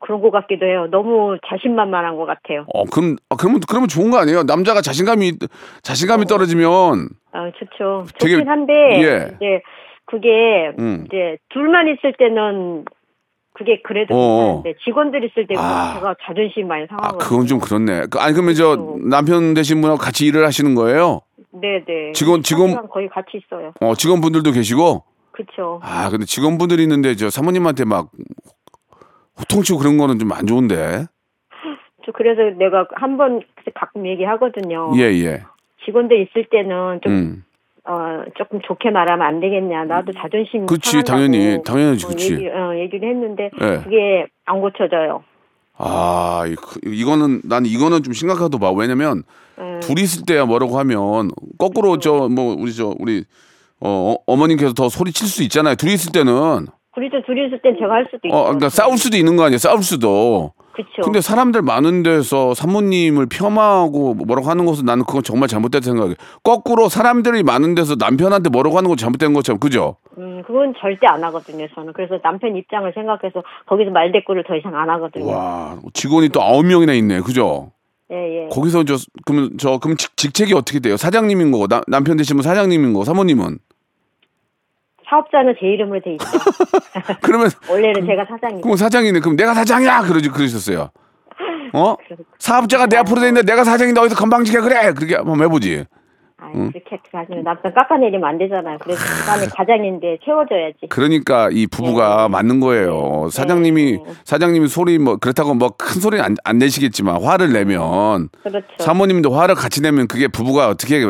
[SPEAKER 6] 그런 것 같기도 해요 너무 자신만만한 것 같아요
[SPEAKER 3] 어 그럼 아, 그러면 그러면 좋은 거 아니에요? 남자가 자신감이 자신감이 떨어지면
[SPEAKER 6] 아, 좋죠.
[SPEAKER 3] 되게-
[SPEAKER 6] 좋긴 한데
[SPEAKER 3] 예.
[SPEAKER 6] 이제 그게
[SPEAKER 3] 음.
[SPEAKER 6] 이제 둘만 있을 때는 그게 그래도
[SPEAKER 3] 어어.
[SPEAKER 6] 괜찮은데 직원들 있을 때
[SPEAKER 3] 아.
[SPEAKER 6] 제가 자존심 많이
[SPEAKER 3] 아
[SPEAKER 6] 상하거든요.
[SPEAKER 3] 그건 좀 그렇네. 그- 아니 그러면 저
[SPEAKER 6] 어. 그렇죠.
[SPEAKER 3] 남편 되신 분하고 같이 일을 하시는 거예요?
[SPEAKER 6] 네네.
[SPEAKER 3] 직원- 직원-
[SPEAKER 6] 항상 거의 같이 있어요.
[SPEAKER 3] 어 직원분들도 계시고
[SPEAKER 6] 그렇죠.
[SPEAKER 3] 아 근데 직원분들이 있는데 저 사모님한테 막 호통치고 그런 거는 좀 안 좋은데
[SPEAKER 6] 저 그래서 내가 한 번 가끔 얘기하거든요.
[SPEAKER 3] 예 예.
[SPEAKER 6] 직원들 있을 때는 좀
[SPEAKER 3] 음.
[SPEAKER 6] 어, 조금 좋게 말하면 안 되겠냐. 나도 자존심.
[SPEAKER 3] 그치,
[SPEAKER 6] 상한다고,
[SPEAKER 3] 당연히, 당연하지,
[SPEAKER 6] 어,
[SPEAKER 3] 그치.
[SPEAKER 6] 얘기, 어, 얘기를 했는데,
[SPEAKER 3] 예.
[SPEAKER 6] 그게 안 고쳐져요.
[SPEAKER 3] 아, 이- 그- 이거는 난 이거는 좀 심각하다 봐. 왜냐면
[SPEAKER 6] 음.
[SPEAKER 3] 둘이 있을 때야 뭐라고 하면 거꾸로 저 뭐 우리 저 우리 어, 어, 어머님께서 더 소리 칠 수 있잖아요. 둘이 있을 때는
[SPEAKER 6] 둘이서 둘이 있을 땐 제가 할 수도 있고.
[SPEAKER 3] 어, 그러니까 싸울 수도 있는 거 아니에요. 싸울 수도.
[SPEAKER 6] 그쵸.
[SPEAKER 3] 근데 사람들 많은 데서 사모님을 폄하하고 뭐라고 하는 것은 나는 그건 정말 잘못됐다 생각해. 거꾸로 사람들이 많은 데서 남편한테 뭐라고 하는 건 잘못된 것처럼 그죠?
[SPEAKER 6] 음, 그건 절대 안 하거든요, 저는. 그래서 남편 입장을 생각해서 거기서 말대꾸를 더 이상 안 하거든요.
[SPEAKER 3] 와 직원이 또 아홉 명이나 있네. 그죠?
[SPEAKER 6] 예, 예.
[SPEAKER 3] 거기서 저 그럼 저 그럼 직, 직책이 어떻게 돼요? 사장님인 거고 나- 남편 되시면 사장님인 거고 사모님은
[SPEAKER 6] 사업자는 제 이름으로 돼 있죠.
[SPEAKER 3] 그러면
[SPEAKER 6] 원래는 제가 사장이고.
[SPEAKER 3] 그럼 사장이네. 그럼 내가 사장이야. 그러지 그러셨어요. 어? 사업자가 내 앞으로 돼 있는데 내가 사장인데 어디서 건방지게 그래? 그렇게 한번 해보지.
[SPEAKER 6] 아이, 그렇게 하시면 남편 깎아내리면 안 되잖아요. 그래서 집안의 과장인데 채워줘야지.
[SPEAKER 3] 그러니까 이 부부가 맞는 거예요. 사장님이 사장님이 소리 뭐 그렇다고 뭐 큰 소리 안, 안 내시겠지만 화를 내면
[SPEAKER 6] 그렇죠.
[SPEAKER 3] 사모님도 화를 같이 내면 그게 부부가 어떻게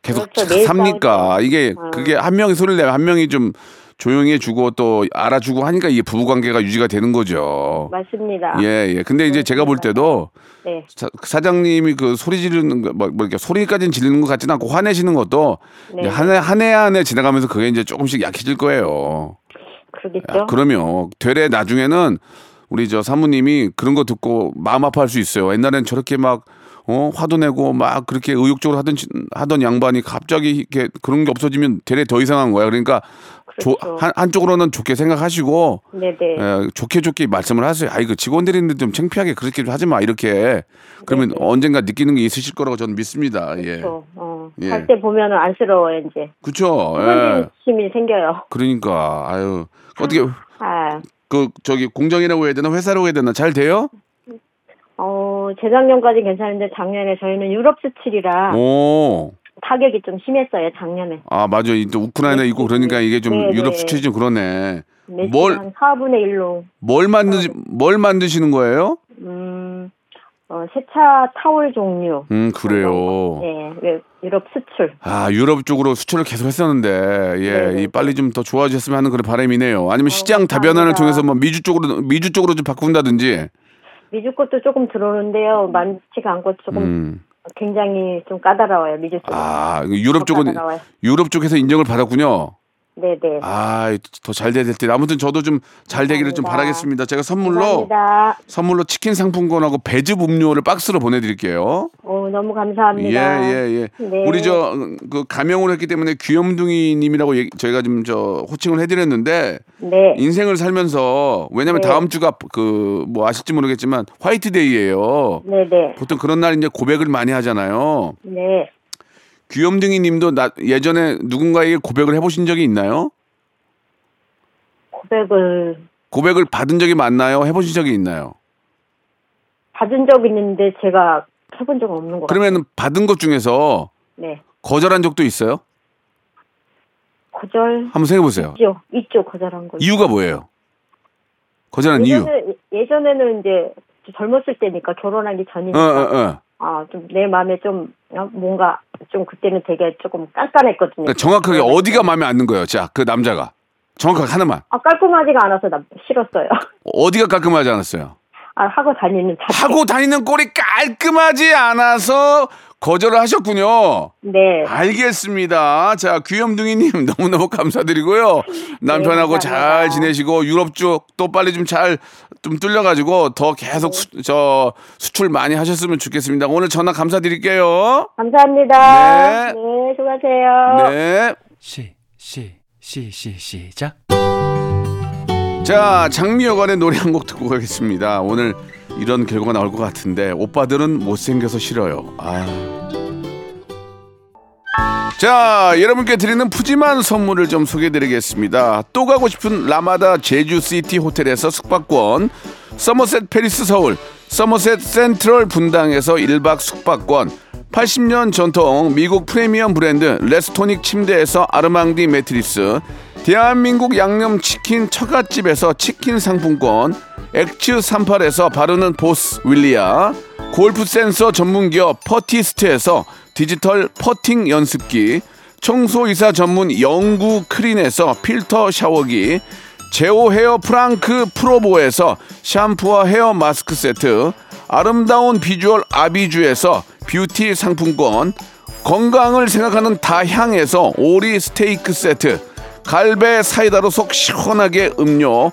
[SPEAKER 3] 계속
[SPEAKER 6] 그렇죠. 음. 매일
[SPEAKER 3] 삽니까?
[SPEAKER 6] 싸우죠.
[SPEAKER 3] 이게 그게 한 명이 소리를 내면 한 명이 좀 조용히 해주고 또 알아주고 하니까 이게 부부 관계가 유지가 되는 거죠.
[SPEAKER 6] 맞습니다.
[SPEAKER 3] 예, 예. 근데 이제 제가 볼 때도
[SPEAKER 6] 네.
[SPEAKER 3] 사, 장님이그 소리 지르는 거, 뭐, 뭐 이렇게 소리까지는 지르는 것 같지는 않고 화내시는 것도
[SPEAKER 6] 네.
[SPEAKER 3] 이제 한해 한 해 한 해 지나가면서 그게 이제 조금씩 약해질 거예요.
[SPEAKER 6] 그러겠죠.
[SPEAKER 3] 그럼요. 되레 나중에는 우리 저 사모님이 그런 거 듣고 마음 아파할 수 있어요. 옛날엔 저렇게 막 어, 화도 내고 막 그렇게 의욕적으로 하던 친- 하던 양반이 갑자기 이렇게 그런 게 없어지면 되레 더 이상한 거야. 그러니까 조-
[SPEAKER 6] 그렇죠.
[SPEAKER 3] 한, 한쪽으로는 좋게 생각하시고
[SPEAKER 6] 네네.
[SPEAKER 3] 에, 좋게 좋게 말씀을 하세요. 아이 그 직원들인데 좀 창피하게 그렇게 좀 하지 마 이렇게. 그러면 언젠가 느끼는 게 있으실 거라고 저는 믿습니다. 예.
[SPEAKER 6] 네. 그렇죠. 어,
[SPEAKER 3] 예.
[SPEAKER 6] 갈 때 보면 안쓰러워요, 이제.
[SPEAKER 3] 그렇죠. 예.
[SPEAKER 6] 힘이 생겨요.
[SPEAKER 3] 그러니까 아유 어떻게
[SPEAKER 6] 아,
[SPEAKER 3] 그 저기 공정이라고 해야 되나 회사라고 해야 되나 잘 돼요?
[SPEAKER 6] 어, 재작년까지 괜찮은데 작년에 저희는 유럽 수출이라
[SPEAKER 3] 뭐? 오.
[SPEAKER 6] 타격이 좀 심했어요, 작년에.
[SPEAKER 3] 아 맞아 이또 우크라이나 있고 그러니까 이게 좀
[SPEAKER 6] 네,
[SPEAKER 3] 유럽
[SPEAKER 6] 네.
[SPEAKER 3] 수출이 좀 그러네.
[SPEAKER 6] 매출
[SPEAKER 3] 뭘-
[SPEAKER 6] 한 4분의 1로.
[SPEAKER 3] 뭘
[SPEAKER 6] 네.
[SPEAKER 3] 만드지 뭘 만드시는 거예요?
[SPEAKER 6] 음, 어, 세차 타월 종류.
[SPEAKER 3] 음 그래요.
[SPEAKER 6] 예, 왜 유럽 수출.
[SPEAKER 3] 아 유럽 쪽으로 수출을 계속 했었는데
[SPEAKER 6] 네, 네.
[SPEAKER 3] 예이 빨리 좀 더 좋아졌으면 하는 그런 바람이네요. 아니면 시장 다변화를
[SPEAKER 6] 감사합니다.
[SPEAKER 3] 통해서 뭐 미주 쪽으로 미주 쪽으로 좀 바꾼다든지.
[SPEAKER 6] 미주 것도 조금 들어오는데요. 많지가 않고 조금
[SPEAKER 3] 음.
[SPEAKER 6] 굉장히 좀 까다로워요, 미주 쪽.
[SPEAKER 3] 아 유럽 쪽은
[SPEAKER 6] 까다로워요.
[SPEAKER 3] 유럽 쪽에서 인정을 받았군요.
[SPEAKER 6] 네네.
[SPEAKER 3] 아더 잘 돼야 될 텐데 아무튼 저도 좀 잘 되기를 좀
[SPEAKER 6] 감사합니다.
[SPEAKER 3] 바라겠습니다. 제가 선물로
[SPEAKER 6] 감사합니다.
[SPEAKER 3] 선물로 치킨 상품권하고 배즙 음료를 박스로 보내드릴게요.
[SPEAKER 6] 오, 너무 감사합니다.
[SPEAKER 3] 예예 예.
[SPEAKER 6] 네.
[SPEAKER 3] 우리 저 그 가명으로 했기 때문에 귀염둥이님이라고 얘기- 저희가 좀 저 호칭을 해드렸는데
[SPEAKER 6] 네.
[SPEAKER 3] 인생을 살면서 왜냐면
[SPEAKER 6] 네.
[SPEAKER 3] 다음 주가 그 뭐 아실지 모르겠지만 화이트데이예요.
[SPEAKER 6] 네네.
[SPEAKER 3] 보통 그런 날 이제 고백을 많이 하잖아요.
[SPEAKER 6] 네.
[SPEAKER 3] 귀염둥이님도 나 예전에 누군가에게 고백을 해보신 적이 있나요?
[SPEAKER 6] 고백을
[SPEAKER 3] 고백을 받은 적이 많나요? 해보신 적이 있나요?
[SPEAKER 6] 받은 적 있는데 제가 해본 적은 없는 것 같아요.
[SPEAKER 3] 그러면 받은 것 중에서
[SPEAKER 6] 네.
[SPEAKER 3] 거절한 적도 있어요?
[SPEAKER 6] 거절
[SPEAKER 3] 한번 생각해보세요.
[SPEAKER 6] 있죠. 있죠. 거절한 거.
[SPEAKER 3] 이유가 뭐예요? 거절한 이유.
[SPEAKER 6] 예전에, 예전에는 이제 젊었을 때니까 결혼하기 전이니까
[SPEAKER 3] 어, 어, 어.
[SPEAKER 6] 아, 좀 내 마음에 좀 어, 뭔가 좀 그때는 되게 조금 깐깐했거든요.
[SPEAKER 3] 그러니까 정확하게 어디가 마음에 안 드는 거예요? 자, 그 남자가 정확하게 하나만
[SPEAKER 6] 아, 깔끔하지가 않아서 나 싫었어요.
[SPEAKER 3] 어디가 깔끔하지 않았어요?
[SPEAKER 6] 아, 하고 다니는 자체.
[SPEAKER 3] 하고 다니는 꼴이 깔끔하지 않아서 거절을 하셨군요.
[SPEAKER 6] 네.
[SPEAKER 3] 아. 알겠습니다. 자, 귀염둥이님 너무너무 감사드리고요. 남편하고
[SPEAKER 6] 네, 감사합니다.
[SPEAKER 3] 잘 지내시고 유럽 쪽 또 빨리 좀 잘 좀 뚫려가지고 더 계속 수, 저 수출 많이 하셨으면 좋겠습니다. 오늘 전화 감사드릴게요.
[SPEAKER 6] 감사합니다.
[SPEAKER 3] 네.
[SPEAKER 6] 네, 수고하세요.
[SPEAKER 3] 네.
[SPEAKER 10] 시, 시, 시, 시, 시작.
[SPEAKER 3] 자, 장미여관의 노래 한 곡 듣고 가겠습니다. 오늘 이런 결과가 나올 것 같은데 오빠들은 못생겨서 싫어요. 아. 자, 여러분께 드리는 푸짐한 선물을 좀 소개드리겠습니다. 또 가고 싶은 라마다 제주시티 호텔에서 숙박권, 서머셋 페리스 서울, 서머셋 센트럴 분당에서 1박 숙박권, 80년 전통 미국 프리미엄 브랜드 레스토닉 침대에서 아르망디 매트리스, 대한민국 양념치킨 처갓집에서 치킨 상품권, 액츠38에서 바르는 보스 윌리아, 골프 센서 전문기업 퍼티스트에서 디지털 퍼팅 연습기, 청소이사 전문 영구 크린에서 필터 샤워기, 제오 헤어 프랑크 프로보에서 샴푸와 헤어 마스크 세트, 아름다운 비주얼 아비주에서 뷰티 상품권, 건강을 생각하는 다향에서 오리 스테이크 세트, 갈배 사이다로 속 시원하게 음료,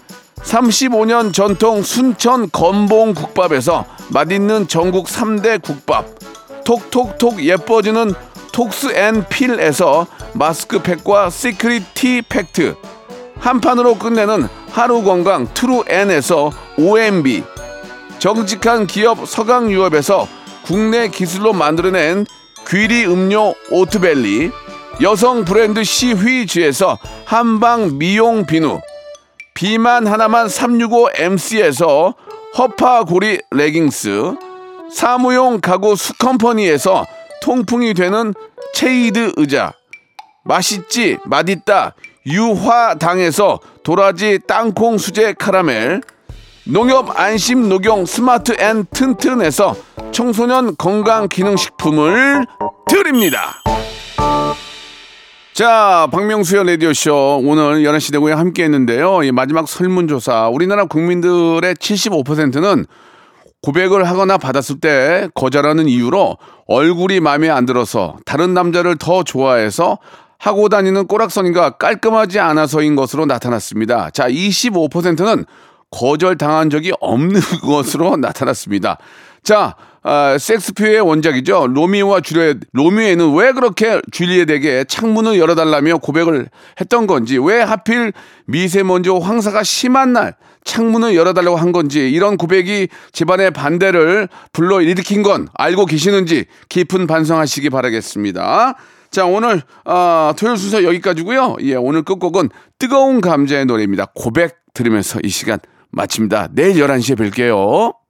[SPEAKER 3] 35년 전통 순천 건봉 국밥에서 맛있는 전국 3대 국밥, 톡톡톡 예뻐지는 톡스 앤 필에서 마스크팩과 시크릿 티 팩트, 한 판으로 끝내는 하루 건강 트루 앤에서 OMB, 정직한 기업 서강유업에서 국내 기술로 만들어낸 귀리 음료 오트벨리, 여성 브랜드 시휘즈에서 한방 미용 비누, 비만 하나만 365MC에서 허파고리 레깅스, 사무용 가구 수컴퍼니에서 통풍이 되는 체이드 의자, 맛있지 맛있다 유화당에서 도라지 땅콩 수제 카라멜, 농협 안심 녹용 스마트 앤 튼튼에서 청소년 건강 기능 식품을 드립니다. 자, 박명수의 라디오쇼 오늘 11시 대구에 함께 했는데요. 이 마지막 설문조사. 우리나라 국민들의 75%는 고백을 하거나 받았을 때 거절하는 이유로 얼굴이 마음에 안 들어서 다른 남자를 더 좋아해서 하고 다니는 꼬락선이가 깔끔하지 않아서인 것으로 나타났습니다. 자, 25%는 거절 당한 적이 없는 것으로 나타났습니다. 자, 아, 섹스피의 원작이죠. 로미오와 줄리엣. 로미오에는 왜 그렇게 줄리엣에게 창문을 열어달라며 고백을 했던 건지, 왜 하필 미세먼지와 황사가 심한 날 창문을 열어달라고 한 건지, 이런 고백이 집안의 반대를 불러 일으킨 건 알고 계시는지 깊은 반성하시기 바라겠습니다. 자, 오늘, 아, 토요일 순서 여기까지고요 예, 오늘 끝곡은 뜨거운 감자의 노래입니다. 고백 들으면서 이 시간 마칩니다. 내일 11시에 뵐게요.